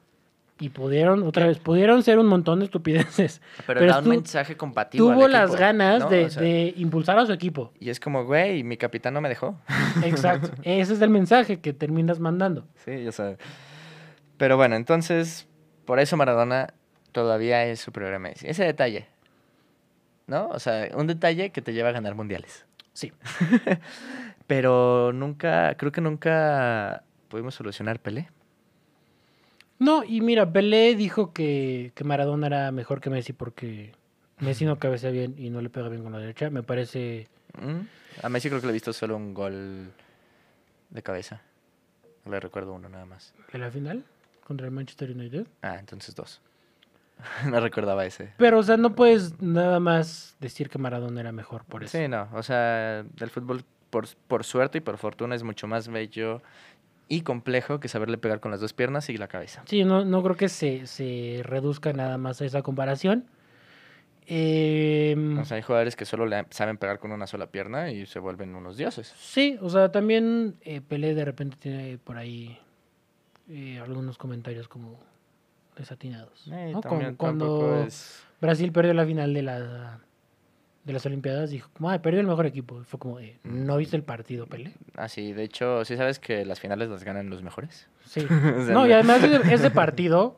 y pudieron, otra vez, pudieron ser un montón de estupideces. Pero, pero da un tú- mensaje compatible. tuvo las ganas de, impulsar de impulsar a su equipo. Y es como, güey, mi capitán no me dejó. Exacto. Ese es el mensaje que terminas mandando. Sí, o sea. Pero bueno, entonces, por eso Maradona todavía es superior a Messi. Ese detalle. ¿No? O sea, un detalle que te lleva a ganar mundiales. Sí. Pero nunca, creo que nunca pudimos solucionar Pelé. No, y mira, Pelé dijo que, que Maradona era mejor que Messi porque Messi no cabecea bien y no le pega bien con la derecha. Me parece... ¿Mm? A Messi creo que le he visto solo un gol de cabeza. No le recuerdo uno nada más. ¿En la final? Contra el Manchester United. Ah, entonces dos. no recordaba ese. Pero, o sea, no puedes nada más decir que Maradona era mejor por eso. Sí, no. O sea, el fútbol, por, por suerte y por fortuna, es mucho más bello y complejo que saberle pegar con las dos piernas y la cabeza. Sí, no, no creo que se, se reduzca nada más a esa comparación. Em, Mm. O sea, hay jugadores que solo le saben pegar con una sola pierna y se vuelven unos dioses. Sí, o sea, también eh, Pelé de repente tiene por ahí eh, algunos comentarios como Eh, desatinados. ¿no? Como cuando Brasil perdió la final de la de las Olimpiadas dijo, como, ay, perdió el mejor equipo. Fue como, eh, ¿no viste el partido, Pele? Ah, sí, de hecho, ¿sí sabes que las finales las ganan los mejores? Sí. O sea, No, y además ese, ese partido,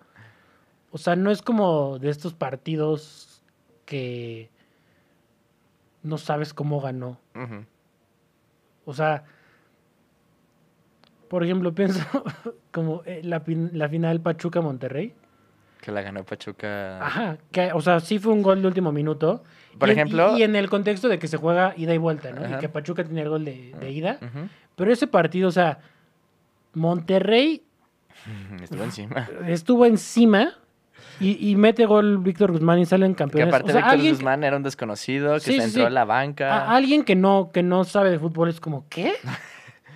o sea, no es como de estos partidos que no sabes cómo ganó. Ujú. O sea, por ejemplo, pienso como eh, la, pin- la final Pachuca-Monterrey. Que la ganó Pachuca. Ajá, que, o sea, sí fue un gol de último minuto. Ah. Ah, Por Y en- y- ejemplo. Y, en el contexto de que se juega ida y vuelta, ¿no? Ajá. Mm. Y que Pachuca tenía el gol de, de ida. Ujú. Pero ese partido, o sea, Monterrey Estuvo encima. estuvo encima y, y mete gol Víctor Guzmán y salen Que campeones. aparte O sea, Víctor alguien, Guzmán era un desconocido, que Sí, se sí, Ah, entró a sí. la a- banca. alguien que no, que no sabe de fútbol es como, ¿qué?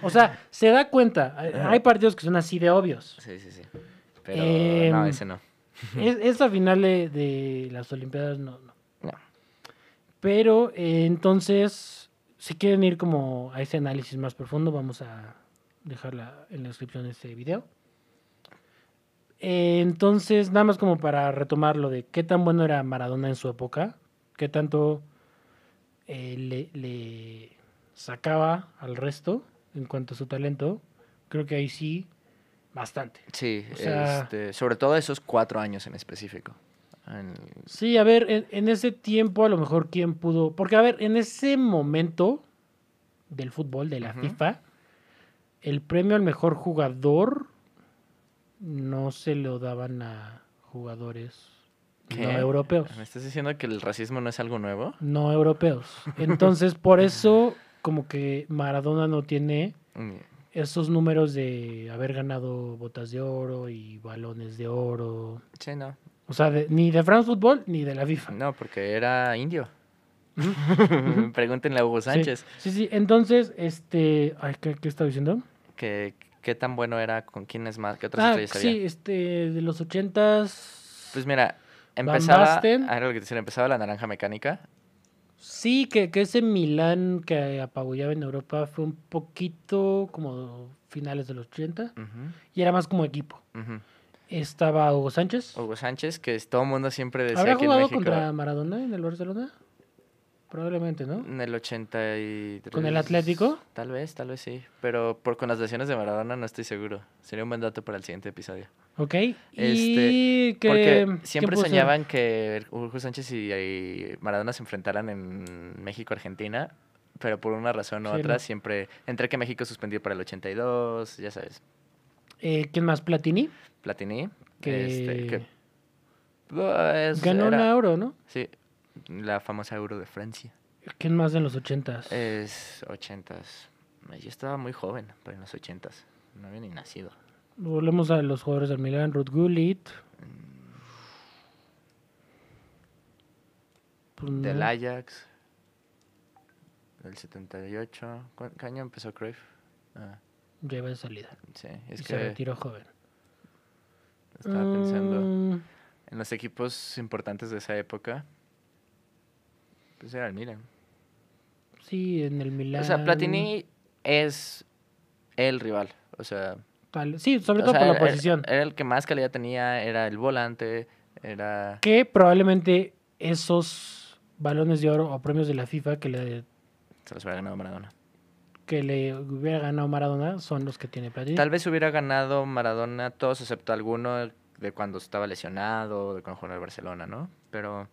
O sea, se da cuenta. Hay- Ajá. Hay partidos que son así de obvios. Sí, sí, sí. Pero Em, no, ese no. Es- esa final de, de las Olimpiadas no, no. No. Pero eh, entonces, si quieren ir como a ese análisis más profundo, vamos a dejarla en la descripción de este video. Eh, entonces, nada más como para retomar lo de qué tan bueno era Maradona en su época, qué tanto eh, le, le sacaba al resto en cuanto a su talento, creo que ahí sí, bastante. Sí, o sea- este, sobre todo esos cuatro años en específico. En- Sí, a ver, en, en ese tiempo a lo mejor quién pudo. Porque, a ver, en ese momento del fútbol, de la Ujú. FIFA, el premio al mejor jugador no se lo daban a jugadores ¿Qué? no europeos. ¿Me estás diciendo que el racismo no es algo nuevo? No europeos. Entonces, por eso, como que Maradona no tiene Mm, esos números de haber ganado botas de oro y balones de oro. Sí, no. O sea, de- ni de France Football ni de la FIFA. No, porque era indio. Pregúntenle a Hugo Sí, Sánchez Sí, sí, entonces, este. Ay, ¿qué, qué estaba diciendo? que qué tan bueno era, con quién es más, qué otras Ah, estrellas había. sí, este, de los ochentas. Pues mira, empezaba, ah, Basten. era lo que te decía, empezaba la naranja mecánica. sí, que, que ese Milán que apabullaba en Europa fue un poquito como finales de los 80 Ujú, y era más como equipo. ujú. Estaba Hugo Sánchez. Hugo Sánchez, que es- todo el mundo siempre decía ¿Habrá que en jugado México contra Maradona en el Barcelona? Probablemente, ¿no? en el 83. ¿Con el Atlético? Tal vez, tal vez sí, pero por con las lesiones de Maradona no estoy seguro. Sería un buen dato para el siguiente episodio. Ok. y Este, que. Porque ¿quién siempre puso? soñaban que Hugo Sánchez y, y Maradona se enfrentaran en México-Argentina, pero por una razón u Sí, otra no. siempre, entre que México suspendió para el 82, ya sabes, Eh, ¿Quién más? Platini. Platini, Que. este, que pues, ganó era- una euro, ¿no? Sí, la famosa Euro de Francia. ¿Quién más en los ochentas? Eh, Es 80s. Yo estaba muy joven, pero en los 80s. No había ni nacido. Volvemos a los jugadores del Milan, Ruth Gullit. Pues Del no. Ajax. Del 78. ¿Cuán- ¿Qué año empezó Cruyff? Ah, Ya iba de salida. sí, es y se que retiró joven. estaba pensando Mm, en los equipos importantes de esa época. Pues era el Milan. sí, en el Milan. O sea, Platini es el rival. O sea, tal- sí, sobre o todo sea, eh, por la era- era- posición. Era, el que más calidad tenía, era el volante, era... que probablemente esos balones de oro o premios de la FIFA que le, Se los hubiera ganado Maradona. que le hubiera ganado Maradona son los que tiene Platini. Tal vez hubiera ganado Maradona todos excepto alguno de cuando estaba lesionado, de cuando jugó en el Barcelona, ¿no? Pero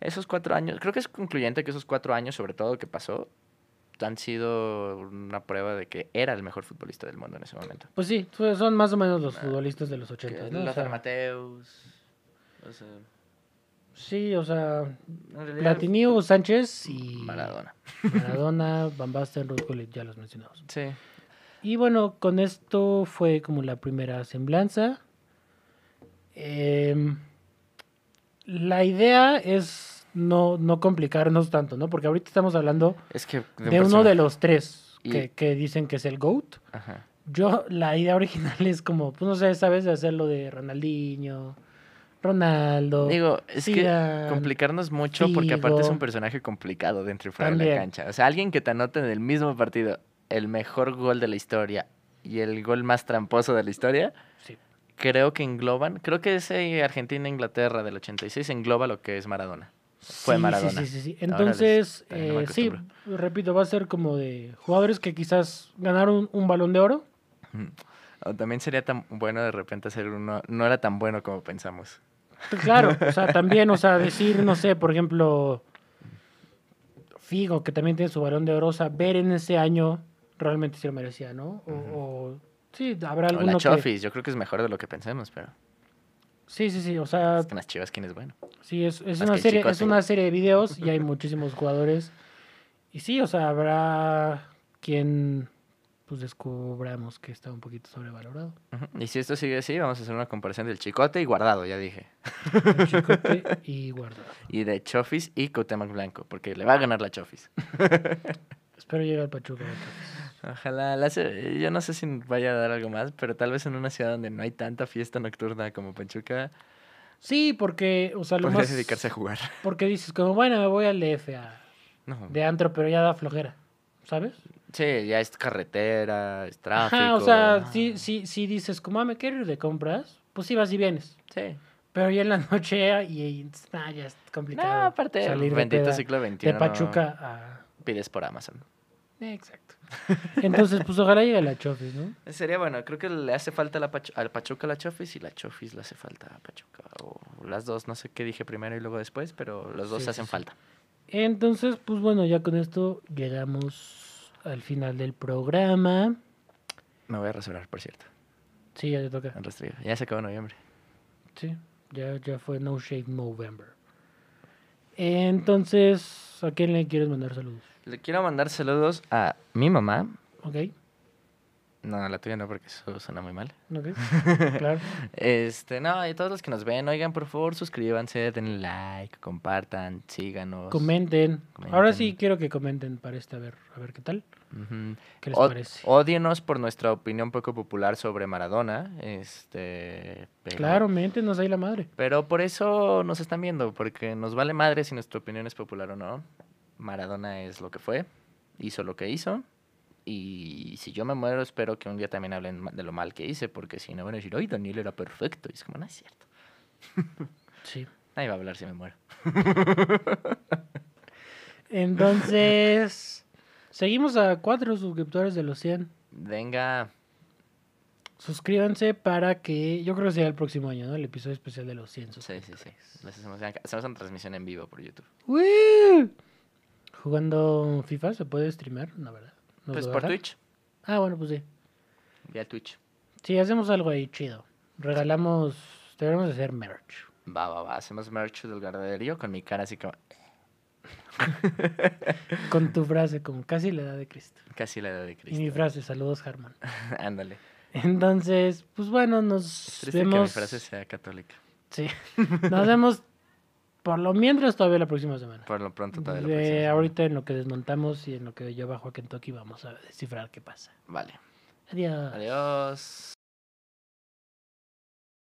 esos cuatro años, creo que es concluyente que esos cuatro años, sobre todo que pasó, han sido una prueba de que era el mejor futbolista del mundo en ese momento. Pues sí, son son más o menos los Ah, futbolistas de los Que ochentas. ¿no? O Lothar sea, Mateus. o sea, sí, o sea, en realidad, Platini, Hugo Sánchez y Maradona. Maradona, Van Basten, Ruth Gullit, ya los mencionamos. Sí. Y bueno, con esto fue como la primera semblanza. Em, la idea es no, no complicarnos tanto, ¿no? Porque ahorita estamos hablando Es que. de, uno un de personaje- los tres Y- que, que dicen que es el GOAT. Ajá. Yo, la idea original es como, pues no sé, sabes, de hacer lo de Ronaldinho, Ronaldo. Digo, es Zidane. que complicarnos mucho porque aparte es un Figo. personaje complicado dentro y fuera de También. la cancha. O sea, alguien que te anota en el mismo partido el mejor gol de la historia y el gol más tramposo de la historia, Sí. creo que engloban, creo que ese Argentina-Inglaterra del 86 engloba lo que es Maradona. Fue Sí, Maradona. Sí, sí, sí, sí. Ahora les- Entonces, ahora no me eh, sí, acostumbro. repito, va a ser como de jugadores que quizás ganaron un balón de oro. O también sería tan bueno de repente hacer uno. No era tan bueno como pensamos. Pues, Claro, o sea, también, o sea, decir, no sé, por ejemplo, Figo, que también tiene su balón de oro, o sea, ver en ese año realmente se lo merecía, ¿no? O, o- sí, habrá O la alguno que... Chofis, yo creo que es mejor de lo que pensemos, pero Sí, sí, sí, o sea, es que en las chivas, ¿quién es bueno? sí, es, es más una que serie, Chicote. es una serie de videos y hay muchísimos jugadores. Y sí, o sea, habrá quien pues descubramos que está un poquito sobrevalorado. Ujú. Y si esto sigue así, vamos a hacer una comparación del Chicote y Guardado, ya dije. Chicote y guardado. Y de Chofis y Cuauhtémoc Blanco, porque le va a ganar la Chofis. Espero llegar al Pachuca. otra Ojalá, la hace- eh, yo no sé si vaya a dar algo más, pero tal vez en una ciudad donde no hay tanta fiesta nocturna como Pachuca, vez. Sí, porque, o sea, lo podría más... dedicarse a jugar. Porque dices, como, bueno, me voy al DF a- No. de antro, pero ya da flojera, ¿sabes? Sí, ya es carretera, es tráfico. Ajá, o sea, Ah, sí, sí, sí dices, como, ah, me quiero ir de compras, pues sí vas y vienes. Sí. Pero ya en la noche y, y nah, ya es No, complicado aparte, salir de, bendito peda siglo XXI. de no Pachuca a... pides por Amazon. Exacto. Entonces, pues ojalá llegue la Chofis, ¿no? Sería bueno, creo que le hace falta la Pachu- al Pachuca la Chofis y la Chofis le hace falta a Pachuca. O las dos, no sé qué dije primero y luego después, pero los dos Sí, sí, hacen sí. falta. Entonces, pues bueno, ya con esto llegamos al final del programa. Me voy a rasurar, por cierto. Sí, ya te toca. el rastrillo. Ya se acabó noviembre. Sí, ya, ya fue No Shave November. Entonces, ¿a quién le quieres mandar saludos? Le quiero mandar saludos a mi mamá. ¿Ok? No, la tuya no, porque eso suena muy mal. ¿Ok? claro. Este, no, y todos los que nos ven, oigan, por favor, suscríbanse, denle like, compartan, síganos. Comenten. Ahora sí Comenten. quiero que comenten para este, a ver, a ver qué tal. Ujú. ¿Qué les Od- parece? Ódienos por nuestra opinión poco popular sobre Maradona. Este, pero- Claro, méntenos ahí la madre. Pero por eso nos están viendo, porque nos vale madre si nuestra opinión es popular o no. Maradona es lo que fue, hizo lo que hizo. Y si yo me muero, espero que un día también hablen ma- de lo mal que hice, porque si no van a decir, ¡ay, Daniel era perfecto! Y es como, no es cierto. Sí. Nadie va a hablar si me muero. Entonces, seguimos a cuatro suscriptores de los 100. Venga, Suscríbanse para que, yo creo que será el próximo año, ¿no? El episodio especial de los 100. sí, sí, sí. Les hacemos, hacemos una transmisión en vivo por YouTube. ¡Woo! Jugando FIFA, ¿se puede streamear? No, ¿verdad? ¿Nos Pues lo por deja? Twitch, Ah, bueno, pues sí. vía Twitch. Sí, hacemos algo ahí chido. Regalamos, debemos hacer merch. Va, va, va. Hacemos merch del garderío con mi cara así como Con tu frase, como casi la edad de Cristo. casi la edad de Y mi Cristo. frase, saludos, Harman. Ándale. Entonces, pues bueno, Es nos triste que mi vemos. frase sea católica. Sí. Nos vemos por lo mientras todavía la próxima semana. Por lo pronto todavía lo De próximo semana. ahorita en lo que desmontamos y en lo que yo bajo a Kentucky vamos a descifrar qué pasa. Vale. Adiós. Adiós.